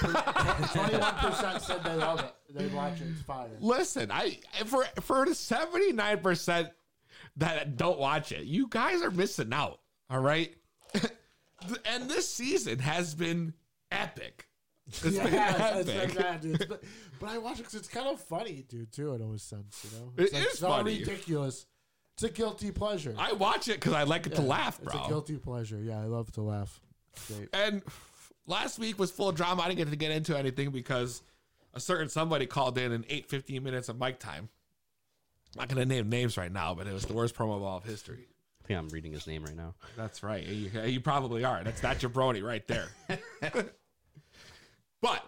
Speaker 5: 21% said they love it. They watch it. It's fire.
Speaker 4: Listen, I for for the seventy nine percent that don't watch it, you guys are missing out. All right, and this season has been epic. It's
Speaker 5: Yeah,
Speaker 4: been
Speaker 5: it's
Speaker 4: epic.
Speaker 5: like that, dude. It's been- But I watch it 'cause it's kind of funny, dude, too, in a sense, you know?
Speaker 4: It
Speaker 5: It's
Speaker 4: is
Speaker 5: so
Speaker 4: funny.
Speaker 5: ridiculous. It's a guilty pleasure.
Speaker 4: I watch it because I like it to
Speaker 5: Yeah,
Speaker 4: laugh, bro.
Speaker 5: It's a guilty pleasure. Yeah, I love to laugh. Great.
Speaker 4: And last week was full of drama. I didn't get to get into anything because a certain somebody called in in eight fifteen minutes of mic time. I'm not gonna name names right now, but it was the worst promo of all of history.
Speaker 6: I think I'm reading his name right now.
Speaker 4: That's right. You, you probably are. That's that jabroni right there. but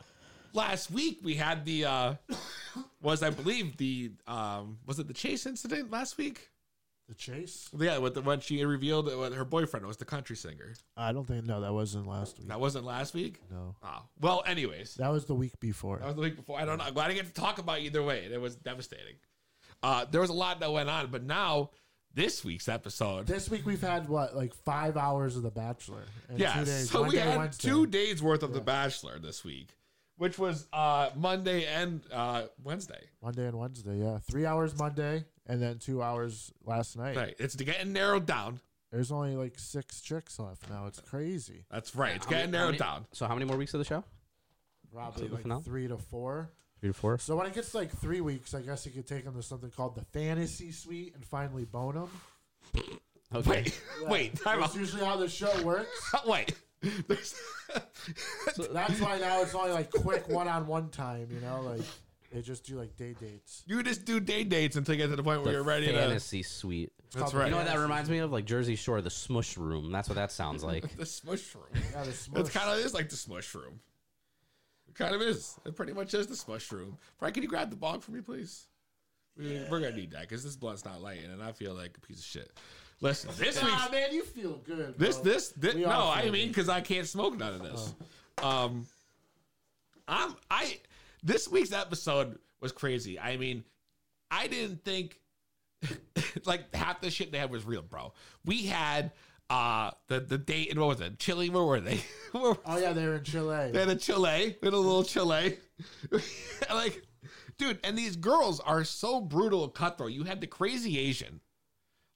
Speaker 4: last week we had the uh was I believe the um was it the chase incident last week?
Speaker 5: The chase?
Speaker 4: Yeah, with the when she revealed that what her boyfriend was the country singer.
Speaker 5: I don't think, no, that wasn't last week.
Speaker 4: That wasn't last week.
Speaker 5: No.
Speaker 4: Oh well. Anyways,
Speaker 5: That was the week before.
Speaker 4: that was the week before. I don't know. I'm glad I get to talk about either way. It was devastating. Uh There was a lot that went on, but now this week's episode.
Speaker 5: This week we've had, what, like five hours of The Bachelor? and
Speaker 4: yeah,
Speaker 5: two days,
Speaker 4: so we
Speaker 5: Monday,
Speaker 4: had
Speaker 5: Wednesday.
Speaker 4: two days worth of The Bachelor this week, which was uh, Monday and uh, Wednesday.
Speaker 5: Monday and Wednesday, yeah. Three hours Monday and then two hours last night.
Speaker 4: Right, it's getting narrowed down.
Speaker 5: There's only like six chicks left now. It's crazy.
Speaker 4: That's right. It's
Speaker 6: How many-
Speaker 4: getting narrowed
Speaker 6: how many-
Speaker 4: down.
Speaker 6: So how many more weeks of the show?
Speaker 5: Probably
Speaker 6: Something else?
Speaker 5: like three to four.
Speaker 6: Three to four.
Speaker 5: So when it gets to, like three weeks, I guess you could take them to something called the fantasy suite and finally bone them.
Speaker 6: Okay.
Speaker 4: Wait, wait, time
Speaker 5: That's
Speaker 4: out.
Speaker 5: usually how the show works.
Speaker 4: wait.
Speaker 5: That's why now it's only like quick one-on-one time. You know, like they just do like day dates.
Speaker 4: You just do day dates until you get to the point where
Speaker 6: The
Speaker 4: you're ready to.
Speaker 6: fantasy suite.
Speaker 4: That's right.
Speaker 6: You know what that
Speaker 4: Fantasy
Speaker 6: reminds me of? Like Jersey Shore, the smush room. That's what that sounds like.
Speaker 4: The smush room.
Speaker 5: Yeah, the
Speaker 4: It's
Speaker 5: smush.
Speaker 4: kind of is like the smush room. It kind of is. It pretty much is the smush room. Frank, can you grab the bong for me, please? We, We're gonna need that because this blunt's not lighting, and I feel like a piece of shit. Listen, this week's
Speaker 5: Nah, Ah, man, you feel good.
Speaker 4: This,
Speaker 5: bro.
Speaker 4: this, thi-
Speaker 5: We
Speaker 4: no,
Speaker 5: all Uh-huh.
Speaker 4: I
Speaker 5: feel
Speaker 4: mean,
Speaker 5: good.
Speaker 4: because I can't smoke none of this. Um, I'm, I, this week's episode was crazy. I mean, I didn't think like half the shit they had was real, bro. We had, uh, the, the date and what was it? Chile, where were they? Where-
Speaker 5: Oh yeah, they're in Chile.
Speaker 4: they had a Chile, we had a little Chile. like, dude, and these girls are so brutal and cutthroat. You had the crazy Asian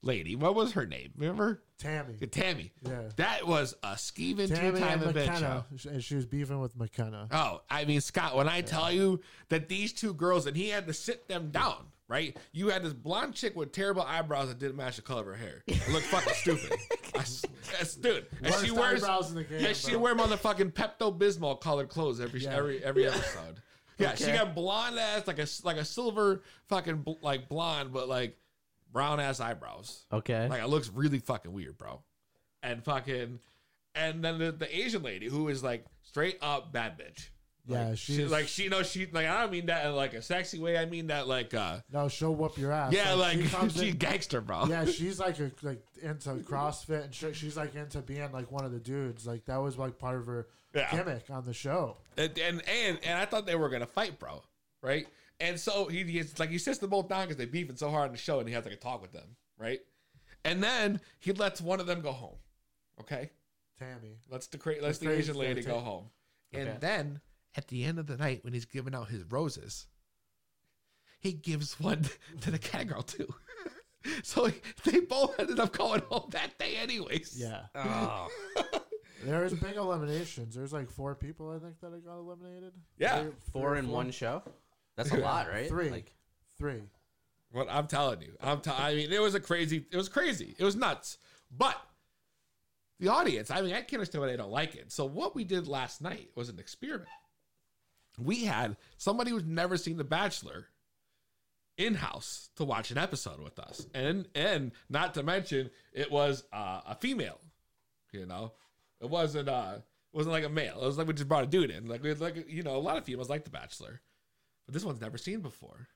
Speaker 4: lady. What was her name? Remember?
Speaker 5: Tammy.
Speaker 4: Tammy.
Speaker 5: Yeah.
Speaker 4: That was a skeeving two
Speaker 5: Tammy
Speaker 4: time
Speaker 5: and
Speaker 4: event.
Speaker 5: McKenna,
Speaker 4: yo.
Speaker 5: and she was beefing with McKenna.
Speaker 4: Oh, I mean, Scott, when I tell you that these two girls, and he had to sit them down, right? You had this blonde chick with terrible eyebrows that didn't match the color of her hair. It looked fucking stupid. I s- that's- dude. And she
Speaker 5: Worst
Speaker 4: wears,
Speaker 5: eyebrows in the game,
Speaker 4: yeah, she
Speaker 5: bro.
Speaker 4: wear motherfucking Pepto Bismol colored clothes every
Speaker 5: Yeah.
Speaker 4: every every episode. Yeah, she
Speaker 5: Okay.
Speaker 4: got blonde ass like a s- like a silver fucking bl- like blonde, but like brown ass eyebrows.
Speaker 6: Okay.
Speaker 4: Like it looks really fucking weird, bro. And fucking and then the, the Asian lady who is like straight up bad bitch.
Speaker 5: Yeah,
Speaker 4: Like,
Speaker 5: she's
Speaker 4: she like she knows she like I don't mean that in like a sexy way. I mean that like uh
Speaker 5: No, she'll whoop your ass.
Speaker 4: yeah like,
Speaker 5: she comes
Speaker 4: she's
Speaker 5: in-
Speaker 4: gangster, bro.
Speaker 5: Yeah, she's like a, like into CrossFit and shit. She's like into being like one of the dudes. Like that was like part of her
Speaker 4: Yeah.
Speaker 5: gimmick on the show.
Speaker 4: And, and and and I thought they were gonna fight, bro. Right? And so he gets like he sits them both down because they beefing so hard on the show, and he has like a talk with them, right? And then he lets one of them go home. Okay,
Speaker 5: Tammy.
Speaker 4: let's the cra- let's the
Speaker 5: crazy
Speaker 4: Asian lady
Speaker 5: thing,
Speaker 4: go
Speaker 5: Tam-
Speaker 4: home.
Speaker 5: Okay.
Speaker 4: And then at the end of the night, when he's giving out his roses, he gives one to the cat girl too. so they both ended up going home that day, anyways.
Speaker 5: Yeah.
Speaker 4: Oh.
Speaker 5: There's big eliminations. There's like four people I think that I got eliminated.
Speaker 4: Yeah.
Speaker 5: Three- three
Speaker 6: Four
Speaker 5: or
Speaker 6: in
Speaker 5: four.
Speaker 6: one show. That's a lot, right?
Speaker 5: Three.
Speaker 6: Like,
Speaker 5: Three.
Speaker 4: What I'm telling you, I'm. T- I mean, it was a crazy. It was crazy. It was nuts. But the audience. I mean, I can't understand why they don't like it. So what we did last night was an experiment. We had somebody who's never seen The Bachelor in house to watch an episode with us, and and not to mention it was uh, a female. You know, it wasn't uh it wasn't like a male. It was like we just brought a dude in. Like we like you know a lot of females like The Bachelor, but this one's never seen before.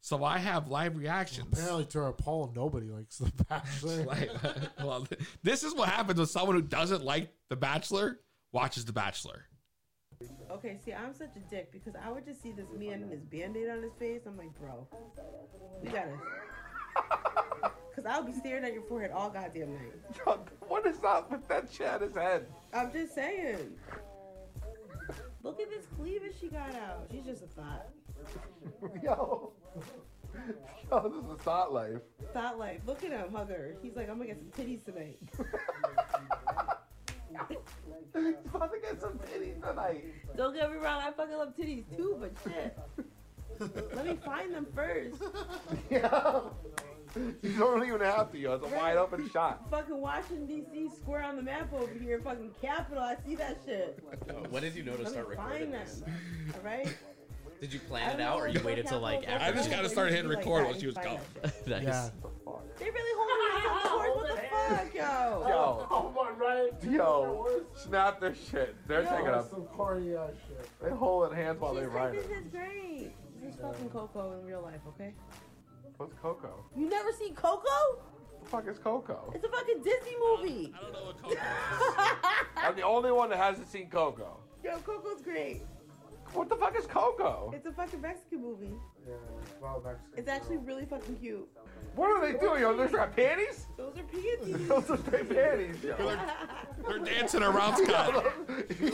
Speaker 4: So I have live reactions.
Speaker 5: Apparently, to our poll, nobody likes The Bachelor.
Speaker 4: Like, well, th- this is what happens when someone who doesn't like The Bachelor watches The Bachelor.
Speaker 16: Okay, see, I'm such a dick because I would just see this man and his band-aid on his face. I'm like, bro, we gotta. Because I would be staring at your forehead all goddamn night.
Speaker 4: What is up with that shit on his head?
Speaker 16: I'm just saying. Look at this cleavage she got out. She's just a thought.
Speaker 4: Yo. Yo, this is thought life.
Speaker 16: Thought life. Look at him, hug her. He's like, I'm gonna get some titties tonight.
Speaker 4: He's about to get some titties tonight.
Speaker 16: Don't get me wrong, I fucking love titties too, but shit. Let me find them first.
Speaker 4: You don't even have to, yo. It's a wide open shot.
Speaker 16: Fucking Washington D.C. square on the map over here, fucking capital. I see that shit.
Speaker 6: When did you know to
Speaker 16: Let me
Speaker 6: start recording
Speaker 16: find them.
Speaker 6: this?
Speaker 16: All right.
Speaker 6: Did you plan it out, or you waited till like after?
Speaker 4: I just gotta start hitting record while she was gone.
Speaker 6: nice.
Speaker 5: Yeah.
Speaker 16: They really holding us on the course. What the fuck, yo?
Speaker 4: Yo.
Speaker 5: Oh my right.
Speaker 4: Yo, snap their shit. They're
Speaker 16: Yo. taking a-
Speaker 5: Some corny ass shit.
Speaker 4: They hold it hands while
Speaker 16: She's like, this is great. This is fucking Coco in real life, okay?
Speaker 4: What's Coco?
Speaker 16: You never seen Coco?
Speaker 4: The fuck is Coco?
Speaker 16: It's a fucking Disney movie.
Speaker 4: I'm the only one that hasn't seen Coco.
Speaker 16: Yo, Coco's great.
Speaker 4: What the fuck is Coco?
Speaker 16: It's a fucking Mexican movie.
Speaker 5: Yeah. Well, Mexican.
Speaker 16: It's actually really fucking cute.
Speaker 4: What are they doing? Yo, those are panties?
Speaker 16: Those are panties.
Speaker 4: Those are straight panties, yo. They're dancing around Scott.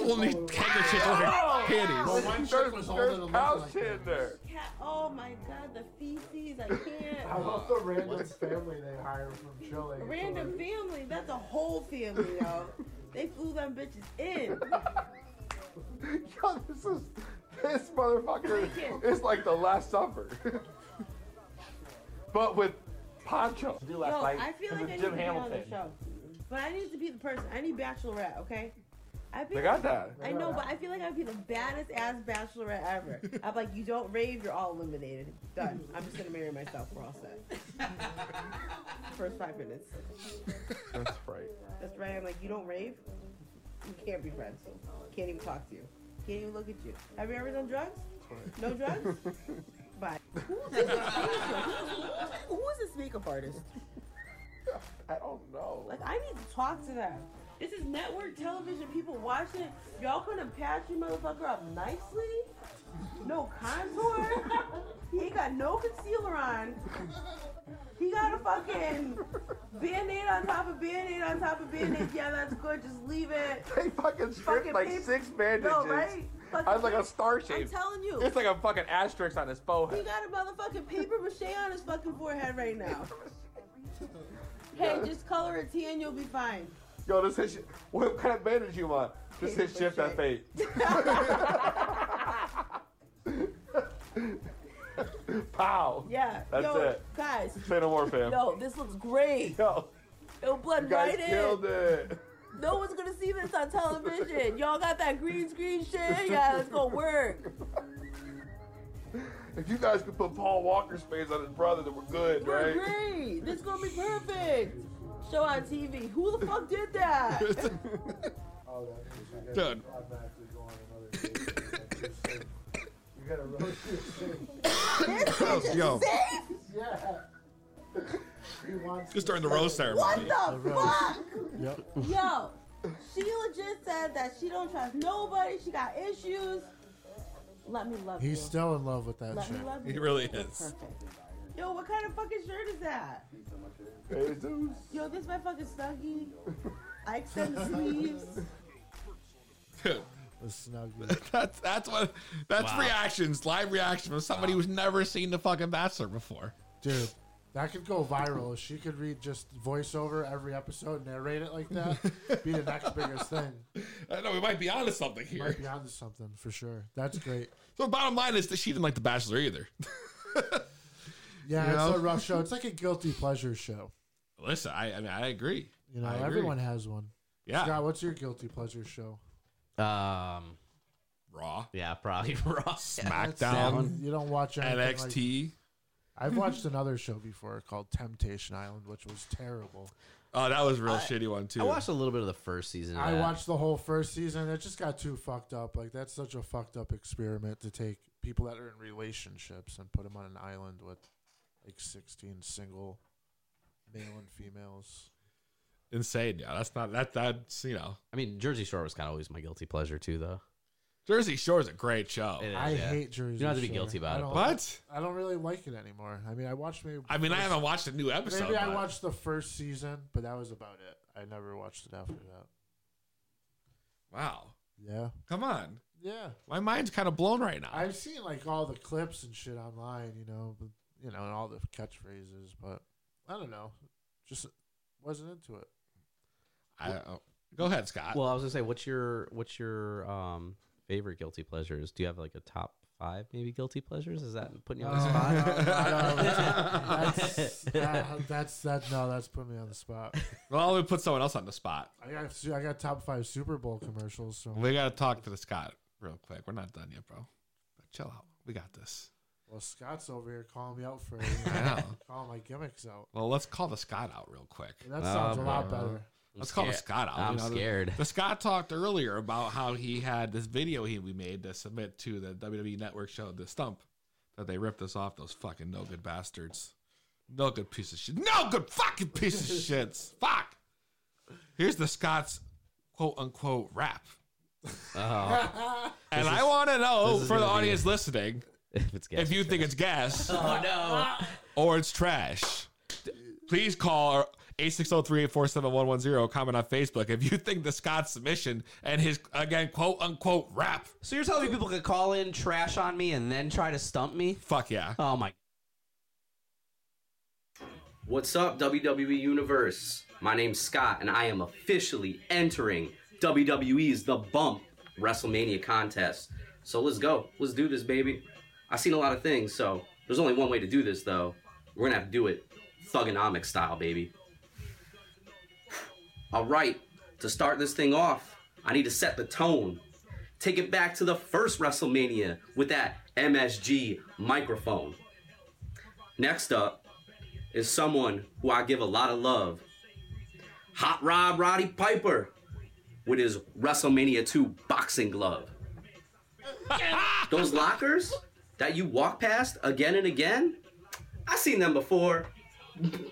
Speaker 4: Only handkerchief on her panties.
Speaker 7: There's, there's pouch in there.
Speaker 16: Cat, oh my god, the feces! I can't.
Speaker 5: I love the random family they hire from Chile.
Speaker 16: A Random family. That's a whole family, yo. They flew them bitches in.
Speaker 7: Yo, this is this motherfucker is like the Last Supper, but with poncho. Do
Speaker 16: Yo, I feel like I need to be on the show, but I need to be the person. I need Bachelorette, okay? I feel
Speaker 7: They got
Speaker 16: like-
Speaker 7: that.
Speaker 16: I know, but I feel like I'd be the baddest ass Bachelorette ever. I'm like, you don't rave, you're all eliminated. Done. I'm just gonna marry myself. We're all set. First five minutes.
Speaker 7: That's right.
Speaker 16: That's right. I'm like, you don't rave, you can't be friends. Can't even talk to you. Can't even look at you. Have you ever done drugs? No drugs? Bye. Who is this, who is this makeup artist?
Speaker 7: I don't know.
Speaker 16: Like, I need to talk to them. This is network television. People watching it. Y'all couldn't patch your motherfucker up nicely? No contour? he ain't got no concealer on. He got a fucking band-aid on top of band-aid on top of band-aid. Yeah, that's good. Just leave it.
Speaker 7: They fucking stripped like
Speaker 16: paper-
Speaker 7: six bandages.
Speaker 16: No, right?
Speaker 7: I was like a
Speaker 16: Fucking-
Speaker 7: star shape.
Speaker 16: I'm telling you.
Speaker 7: It's like a fucking asterisk on his bow
Speaker 16: He
Speaker 7: head.
Speaker 16: got a motherfucking paper mache on his fucking forehead right now. hey, just color it T and you'll be fine.
Speaker 7: Yo, this is what kind of bandage you want? This is shift that fate. Pow.
Speaker 16: Yeah.
Speaker 7: That's
Speaker 16: yo,
Speaker 7: it.
Speaker 16: Guys.
Speaker 7: Say no more, fam.
Speaker 16: Yo, this looks great.
Speaker 7: Yo.
Speaker 16: It'll
Speaker 7: You
Speaker 16: blend
Speaker 7: guys
Speaker 16: right
Speaker 7: killed
Speaker 16: in.
Speaker 7: it.
Speaker 16: No one's gonna see this on television. Y'all got that green screen shit? Yeah, it's gonna work.
Speaker 7: If you guys could put Paul Walker's face on his brother, then we're good,
Speaker 16: We're
Speaker 7: right?
Speaker 16: great. This is gonna be perfect. Show on TV. Who the fuck did that?
Speaker 5: Oh, that means
Speaker 4: Done.
Speaker 5: automatically go on another date. You gotta roast
Speaker 4: bitch is Yo.
Speaker 5: Yeah. He wants
Speaker 4: Just during the roast
Speaker 16: What
Speaker 4: ceremony.
Speaker 16: the fuck?
Speaker 5: Yep.
Speaker 16: Yo, she legit said that she don't trust nobody. She got issues. Let me love
Speaker 5: He's
Speaker 16: you.
Speaker 5: still in love with that
Speaker 16: Let me
Speaker 5: shit.
Speaker 16: love
Speaker 4: He
Speaker 16: you.
Speaker 4: really is.
Speaker 16: Yo, what kind of fucking shirt is that?
Speaker 7: Jesus.
Speaker 16: Yo, this my fucking snuggie. I extend the sleeves.
Speaker 5: The snuggie.
Speaker 4: That's that's what that's
Speaker 5: Wow.
Speaker 4: reactions, live reaction from somebody who's never seen the fucking Bachelor before.
Speaker 5: Dude, that could go viral. She could read just voiceover every episode, narrate it like that. Be the next biggest thing.
Speaker 4: I don't know we might be onto something here.
Speaker 5: Might be onto something for sure. That's great.
Speaker 4: So bottom line is that she didn't like the Bachelor either.
Speaker 5: Yeah,
Speaker 4: You
Speaker 5: it's
Speaker 4: know?
Speaker 5: a rough show. It's like a guilty pleasure show.
Speaker 4: Listen, I, I mean I agree.
Speaker 5: You know,
Speaker 4: I agree.
Speaker 5: everyone has one.
Speaker 4: Yeah.
Speaker 5: Scott, what's your guilty pleasure show?
Speaker 6: Um,
Speaker 4: Raw.
Speaker 6: Yeah, probably Raw.
Speaker 4: SmackDown.
Speaker 5: You don't watch anything like-
Speaker 4: NXT.
Speaker 5: I've watched another show before called Temptation Island, which was terrible.
Speaker 4: Oh, that was a real shitty one too.
Speaker 6: I watched a little bit of the first season. Of
Speaker 5: I
Speaker 6: that.
Speaker 5: watched the whole first season. It just got too fucked up. Like that's such a fucked up experiment to take people that are in relationships and put them on an island with like sixteen single male and females.
Speaker 4: Insane. Yeah, that's not that that's you know.
Speaker 6: I mean, Jersey Shore was kind of always my guilty pleasure too, though.
Speaker 4: Jersey Shore is a great show.
Speaker 6: It is,
Speaker 5: I
Speaker 6: Oh, yeah.
Speaker 5: hate Jersey.
Speaker 6: You don't have to be
Speaker 5: Shore.
Speaker 6: guilty
Speaker 5: I
Speaker 6: about it.
Speaker 5: don't-
Speaker 6: but-
Speaker 5: I don't really like it anymore. I mean, I watched maybe.
Speaker 4: I mean, I
Speaker 5: first-
Speaker 4: haven't watched a new episode.
Speaker 5: Maybe I
Speaker 4: but-
Speaker 5: watched the first season, but that was about it. I never watched it after that.
Speaker 4: Wow.
Speaker 5: Yeah.
Speaker 4: Come on.
Speaker 5: Yeah.
Speaker 4: My mind's kind of blown right now.
Speaker 5: I've seen like all the clips and shit online, you know, but, you know, and all the catchphrases, but I don't know, just wasn't into it.
Speaker 4: I, oh, go ahead, Scott.
Speaker 6: Well, I was gonna say, what's your what's your um favorite guilty pleasures? Do you have like a top five maybe guilty pleasures? Is that putting you
Speaker 4: Oh,
Speaker 6: on the
Speaker 5: No,
Speaker 6: spot?
Speaker 5: no, no, that's, that, that's that. No, that's putting me on the spot.
Speaker 4: well, we put someone else on the spot.
Speaker 5: I got su- I got top five Super Bowl commercials. So
Speaker 4: We got to talk to the Scott real quick. We're not done yet, bro. But chill out. We got this.
Speaker 5: well, Scott's over here calling me out for
Speaker 4: I know.
Speaker 5: calling my gimmicks out.
Speaker 4: Well, let's call the Scott out real quick.
Speaker 5: That sounds a lot better.
Speaker 4: Let's call the Scott out.
Speaker 6: I'm
Speaker 4: You know, the-
Speaker 6: scared.
Speaker 4: The, Scott talked earlier about how he had this video he we made to submit to the WWE Network show, The Stump, that they ripped us off. Those fucking no good bastards. No good piece of shit. No good fucking piece of shits. Fuck. Here's the Scott's quote unquote rap.
Speaker 6: Oh.
Speaker 4: and
Speaker 6: This
Speaker 4: I
Speaker 6: is-
Speaker 4: want to know
Speaker 6: this is
Speaker 4: for the
Speaker 6: gonna be-
Speaker 4: audience listening
Speaker 6: if it's gas
Speaker 4: if you think it's gas
Speaker 6: Oh no!
Speaker 4: or it's trash. Please call. Our, 860-384-7110. Comment on Facebook if you think the Scott submission and his again quote unquote rap.
Speaker 6: So you're telling me people could call in, trash on me, and then try to stump me?
Speaker 4: Fuck yeah.
Speaker 6: Oh my. What's up, WWE Universe? My name's Scott, and I am officially entering WWE's The Bump WrestleMania contest. So let's go. Let's do this, baby. I've seen a lot of things, so there's only one way to do this, though. We're gonna have to do it thugonomic style, baby. All right, to start this thing off, I need to set the tone. Take it back to the first WrestleMania with that MSG microphone. Next up is someone who I give a lot of love Hot Rod Roddy Piper with his WrestleMania 2 boxing glove. Those lockers that you walk past again and again, I seen them before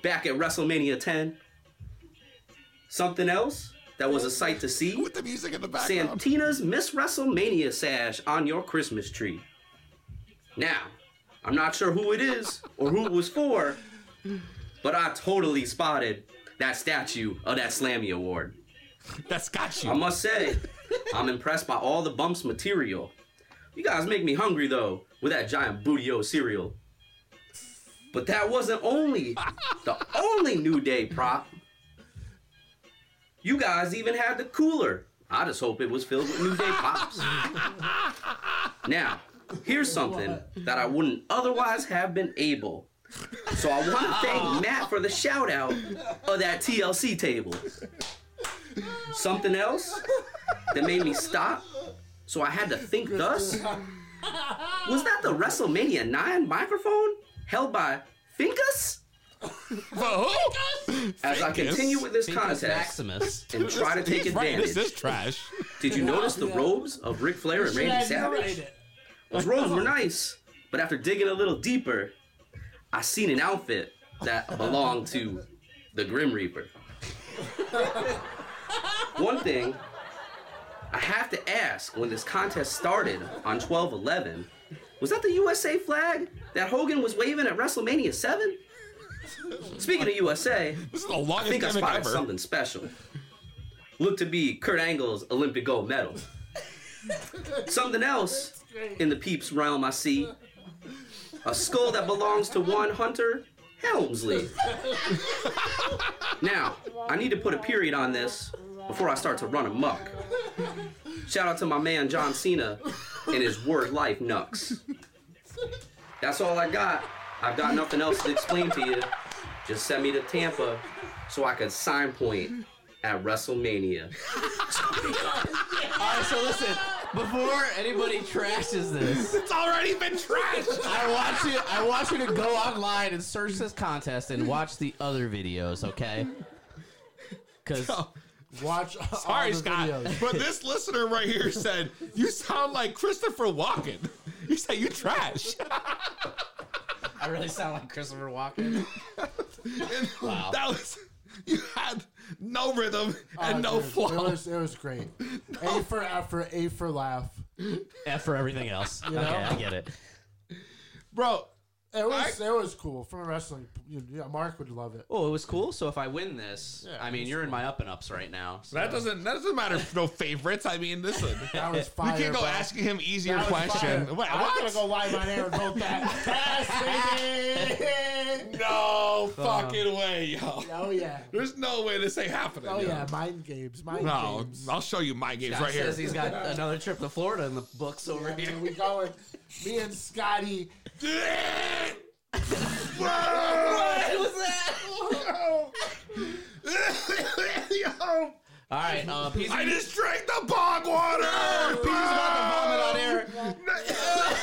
Speaker 6: back at WrestleMania 10. Something else that was a sight to see. With the music in the
Speaker 17: background.
Speaker 6: Santina's Miss WrestleMania sash on your Christmas tree. Now, I'm not sure who it is or who it was for, but I totally spotted that statue of that Slammy Award.
Speaker 4: That statue.
Speaker 6: I must say, I'm impressed by all the bumps material. You guys make me hungry though with that giant bootio cereal. But that wasn't only the only New Day prop. You guys even had the cooler. I just hope it was filled with New Day pops. Now, here's something that I wouldn't otherwise have been able. So I want to thank Matt for the shout out of that TLC table. Something else that made me stop, so I had to think thus. Was that the WrestleMania 9 microphone held by Finkus? As I continue with this
Speaker 4: Finkus
Speaker 6: contest
Speaker 4: Maximus.
Speaker 6: and try to take
Speaker 4: He's right,
Speaker 6: advantage.
Speaker 4: this is trash.
Speaker 6: Did you notice the robes of Ric Flair and Randy Savage? Those robes were nice, but after digging a little deeper, I seen an outfit that belonged to the Grim Reaper. One thing I have to ask when this contest started on 12 11 was that the USA flag that Hogan was waving at WrestleMania 7? Speaking of USA, I think I
Speaker 4: gimmick
Speaker 6: spotted
Speaker 4: ever.
Speaker 6: something special. Looked to be Kurt Angle's Olympic gold medal. Something else in the peeps realm I see a skull that belongs to one Hunter Helmsley. Now, I need to put a period on this before I start to run amok. Shout out to my man John Cena and his word life nux. That's all I got. I've got nothing else to explain to you. Just send me to Tampa so I can sign point at WrestleMania.
Speaker 17: All right, so listen. Before anybody trashes this,
Speaker 4: it's already been trashed.
Speaker 17: I want you. I want you to go online and search this contest and watch the other videos, okay? Because
Speaker 5: Watch.
Speaker 4: Sorry,
Speaker 5: the
Speaker 4: Scott,
Speaker 5: videos.
Speaker 4: but this listener right here said you sound like Christopher Walken. You say you trash.
Speaker 17: I really sound like Christopher Walken. wow.
Speaker 4: That was you had no rhythm and
Speaker 5: Oh,
Speaker 4: no
Speaker 5: dude,
Speaker 4: flow.
Speaker 5: It was, it was great. A for effort, A for laugh.
Speaker 17: F for everything else.
Speaker 5: You know?
Speaker 17: Okay, I get it.
Speaker 4: Bro,
Speaker 5: it was it was cool from a wrestling. You yeah, Mark would love it.
Speaker 6: Oh, it was cool. So if I win this, I mean, you're in my up and ups right now. so-
Speaker 4: That doesn't that doesn't matter. No favorites. I mean, listen,
Speaker 6: That was
Speaker 4: we
Speaker 6: fire,
Speaker 4: can't go
Speaker 6: bro.
Speaker 4: asking him easier
Speaker 6: That was
Speaker 4: question.
Speaker 6: fire.
Speaker 4: What?
Speaker 6: I'm
Speaker 4: what?
Speaker 5: gonna go live on air and vote that.
Speaker 4: no fucking way, yo.
Speaker 5: Oh yeah.
Speaker 4: There's no way this ain't happening.
Speaker 5: Oh
Speaker 4: yo.
Speaker 5: yeah, mind games, mind
Speaker 4: No,
Speaker 5: games.
Speaker 4: I'll show you my games
Speaker 5: Scott
Speaker 4: right here.
Speaker 5: says he's got another
Speaker 17: trip to Florida in the books
Speaker 5: over here. We going. Me and Scotty.
Speaker 17: What was
Speaker 5: that?
Speaker 4: Yo.
Speaker 17: All right, uh, P's-
Speaker 4: I just drank the bog water. Pete's
Speaker 17: about to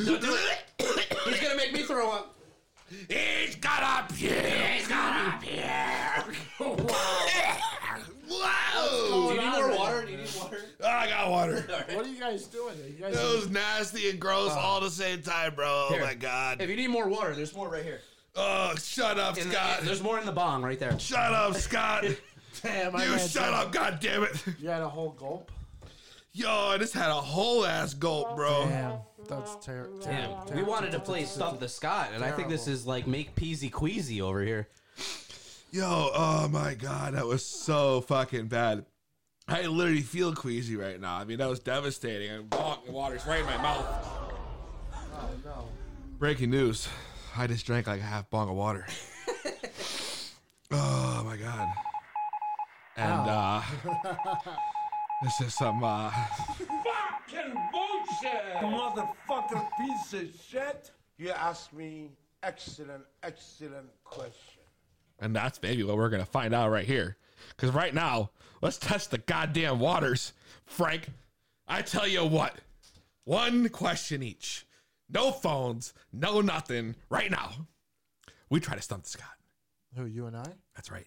Speaker 6: He's gonna make me throw up.
Speaker 4: He's got a puke. He's got a puke. Whoa.
Speaker 5: Do you need more water?
Speaker 6: Do you need water?
Speaker 4: Oh, I got water.
Speaker 5: What are you guys doing? Are you guys
Speaker 4: It was nasty and gross all the same time, bro.
Speaker 6: Uh-huh. Here.
Speaker 4: Oh my god.
Speaker 6: If you need more water, there's more right here.
Speaker 4: Oh, shut up,
Speaker 6: In the-
Speaker 4: Scott.
Speaker 6: there's more in the bong right there.
Speaker 4: Shut up, Scott.
Speaker 5: Damn, I
Speaker 4: you
Speaker 5: had
Speaker 4: shut
Speaker 5: some-
Speaker 4: up, god damn it.
Speaker 5: You had a whole gulp.
Speaker 4: Yo, I just had a whole ass gulp, bro.
Speaker 5: That's terrible.
Speaker 6: Damn, we wanted to play Stump the Scott, and I think this is like make peasy queasy over here.
Speaker 4: Yo, oh my god, that was so fucking bad. I literally feel queasy right now. I mean, that was devastating. I'm walking, water's right in my mouth.
Speaker 5: Oh no.
Speaker 4: Breaking news: I just drank like a half bong of water. oh my god! And uh, this is some uh,
Speaker 18: Fucking bullshit! Motherfucking piece of shit!
Speaker 19: You asked me excellent, excellent question.
Speaker 4: And that's maybe what we're going to find out right here. Because right now, let's test the goddamn waters. Frank, I tell you what, one question each. No phones, no nothing. Right now, we try to stump the Scott.
Speaker 5: Who you and I?
Speaker 4: That's right.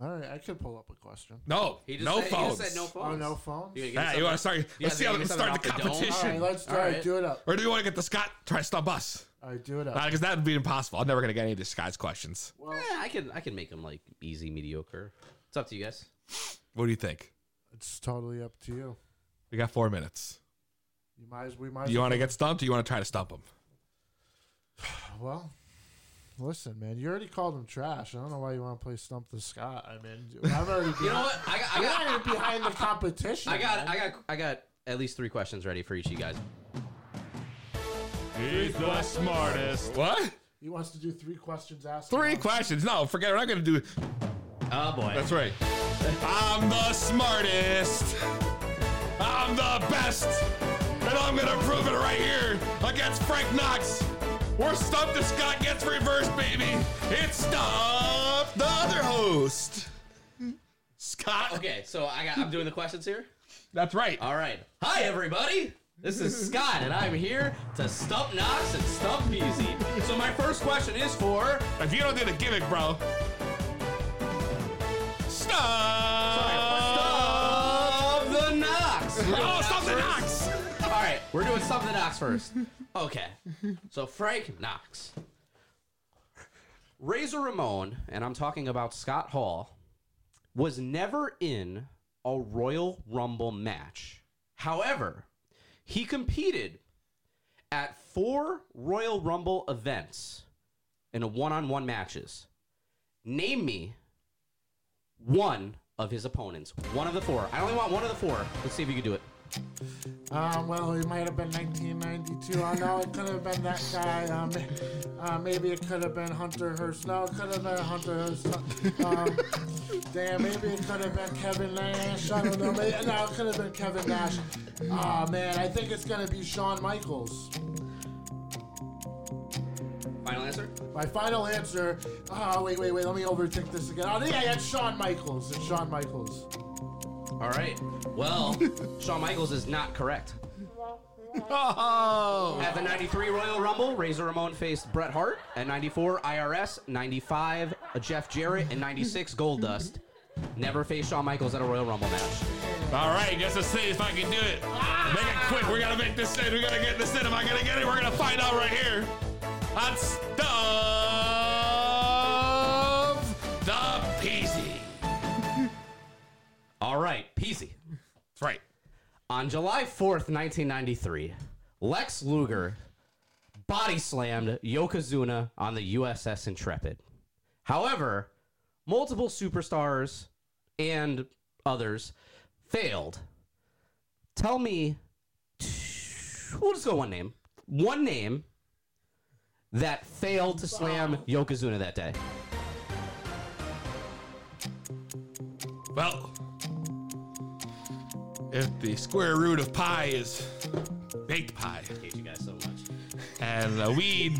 Speaker 5: All right, I could pull up a question.
Speaker 4: No,
Speaker 5: He
Speaker 4: He
Speaker 5: just
Speaker 4: just no said-
Speaker 5: said,
Speaker 4: he just
Speaker 5: said
Speaker 4: phones.
Speaker 5: no
Speaker 4: said no
Speaker 5: phones. Oh, no phones.
Speaker 4: You yeah, you want to start? Let's see how we start the competition.
Speaker 5: All right, let's try it. Do it up.
Speaker 4: Or do you want to get the Scott? Try to stump us.
Speaker 5: All right, do it up.
Speaker 4: Because that would be impossible. I'm never going to get any of the Scott's questions.
Speaker 6: Eh, I can I can make them like easy mediocre. It's up to you guys.
Speaker 4: What do you think?
Speaker 5: It's totally up to you.
Speaker 4: We got four minutes.
Speaker 5: You might as we might.
Speaker 4: Do
Speaker 5: as
Speaker 4: you want to
Speaker 5: well-
Speaker 4: get stumped or you want to try to stump him?
Speaker 5: Well, listen, man. You already called him trash. I don't know why you want to play stump the Scott. I mean, I'm already.
Speaker 6: You know what? I got- I got-
Speaker 5: You're already behind the competition.
Speaker 6: I got
Speaker 5: man.
Speaker 6: I got I got at least three questions ready for each of you guys.
Speaker 20: He's the smartest.
Speaker 4: What?
Speaker 5: He wants to do three questions asked.
Speaker 4: Three questions. No, forget it. We're not going to do.
Speaker 6: Oh, boy.
Speaker 4: That's right. I'm the smartest. I'm the best. And I'm going to prove it right here against Frank Knox. We're stumped if Scott gets reversed, baby. It's Stump the Other Host. Scott.
Speaker 6: Okay, so I got I'm doing the questions here.
Speaker 4: That's right.
Speaker 6: All right. Hi everybody. This is Scott, and I'm here to stump Knox and stump Peasy. So my first question is for
Speaker 4: If you don't do the gimmick, bro. Stop
Speaker 6: the Knox. We're doing
Speaker 4: Oh, stop the Knox.
Speaker 6: All right, we're doing Stump the Knox first. Okay, so Frank Knox, Razor Ramon, and I'm talking about Scott Hall, was never in a Royal Rumble match. However, he competed at four Royal Rumble events in a one-on-one matches. Name me one of his opponents. One of the four. I only want one of the four. Let's see if you can do it.
Speaker 5: Um, well, it might have been 1992. I know it could have been that guy. Um, uh, maybe it could have been Hunter Hearst. No, it could have been Hunter Hearst. Um, damn, maybe it could have been Kevin Nash. I don't know. Maybe, no, it could have been Kevin Nash. Ah, man, I think it's gonna be Shawn Michaels.
Speaker 6: Final answer.
Speaker 5: My final answer. Oh, wait, wait, wait. Let me overthink this again. Oh, yeah, yeah, it's Shawn Michaels. It's Shawn Michaels.
Speaker 6: All right. Well, Shawn Michaels is not correct.
Speaker 4: Oh.
Speaker 6: At the 93 Royal Rumble, Razor Ramon faced Bret Hart. At 94, IRS. 95, Jeff Jarrett. And 96, Goldust. Never faced Shawn Michaels at a Royal Rumble match.
Speaker 4: All right, guess let's see if I can do it. Make it quick. We gotta make this in. We gotta get this in. Am I gonna get it? We're gonna find out right here. On Stump the Peasy.
Speaker 6: All right, Peasy.
Speaker 4: That's right.
Speaker 6: On July 4th, 1993, Lex Luger body slammed Yokozuna on the USS Intrepid. However, multiple superstars and others failed. Tell me, we'll just go one name. One name that failed to slam Yokozuna that day.
Speaker 4: Well, if the square root of pi is baked pie, I
Speaker 6: hate you guys so much.
Speaker 4: And the weed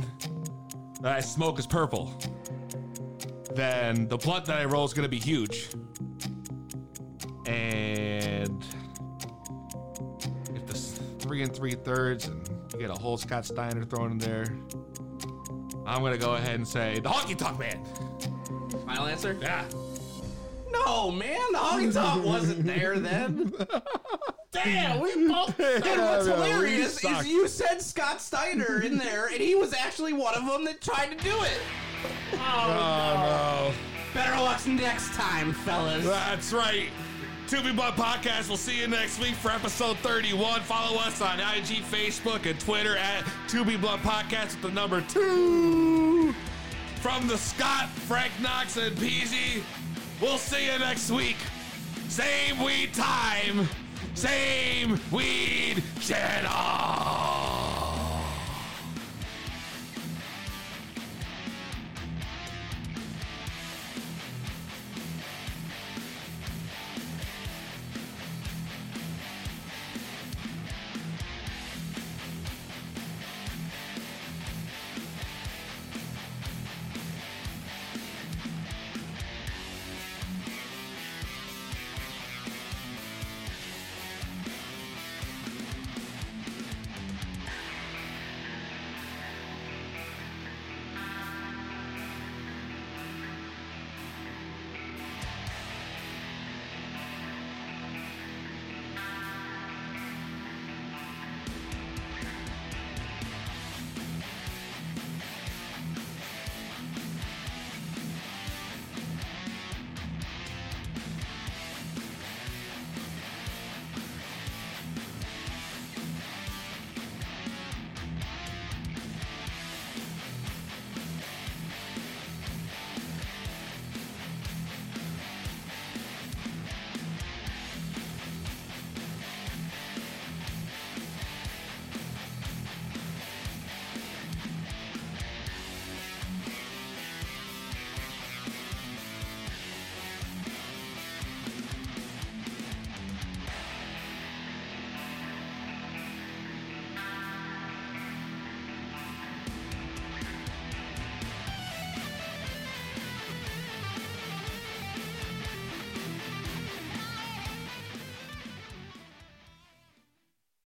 Speaker 4: that I smoke is purple, then the blunt that I roll is gonna be huge. And if the s- three and three thirds, and you get a whole Scott Steiner thrown in there, I'm gonna go ahead and say the Honky Tonk Man.
Speaker 6: Final answer?
Speaker 4: Yeah.
Speaker 6: No, man, the honky tonk wasn't there then. Damn, we both. And what's
Speaker 4: Yeah, man, we
Speaker 6: hilarious
Speaker 4: suck.
Speaker 6: is you said Scott Steiner in there, and he was actually one of them that tried to do it.
Speaker 4: no.
Speaker 6: Oh, Better luck next time, fellas.
Speaker 4: That's right. To Be Blunt Podcast. We'll see you next week for episode 31. Follow us on IG, Facebook, and Twitter at To Be Blunt Podcast with the number two. From the Scott, Frank Knox, and Peasy. We'll see you next week. Same weed time. Same weed channel.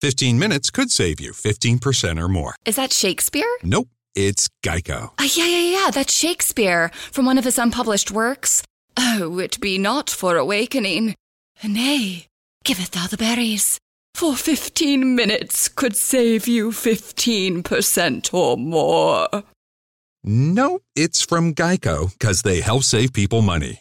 Speaker 2: Fifteen minutes could save you fifteen percent or more.
Speaker 21: Is that Shakespeare?
Speaker 2: Nope, it's Geico.
Speaker 21: Ah, yeah, yeah, yeah, that's Shakespeare from one of his unpublished works. Oh, it be not for awakening. Nay, giveth thou the berries. For fifteen minutes could save you fifteen percent or more.
Speaker 2: Nope, it's from Geico because they help save people money.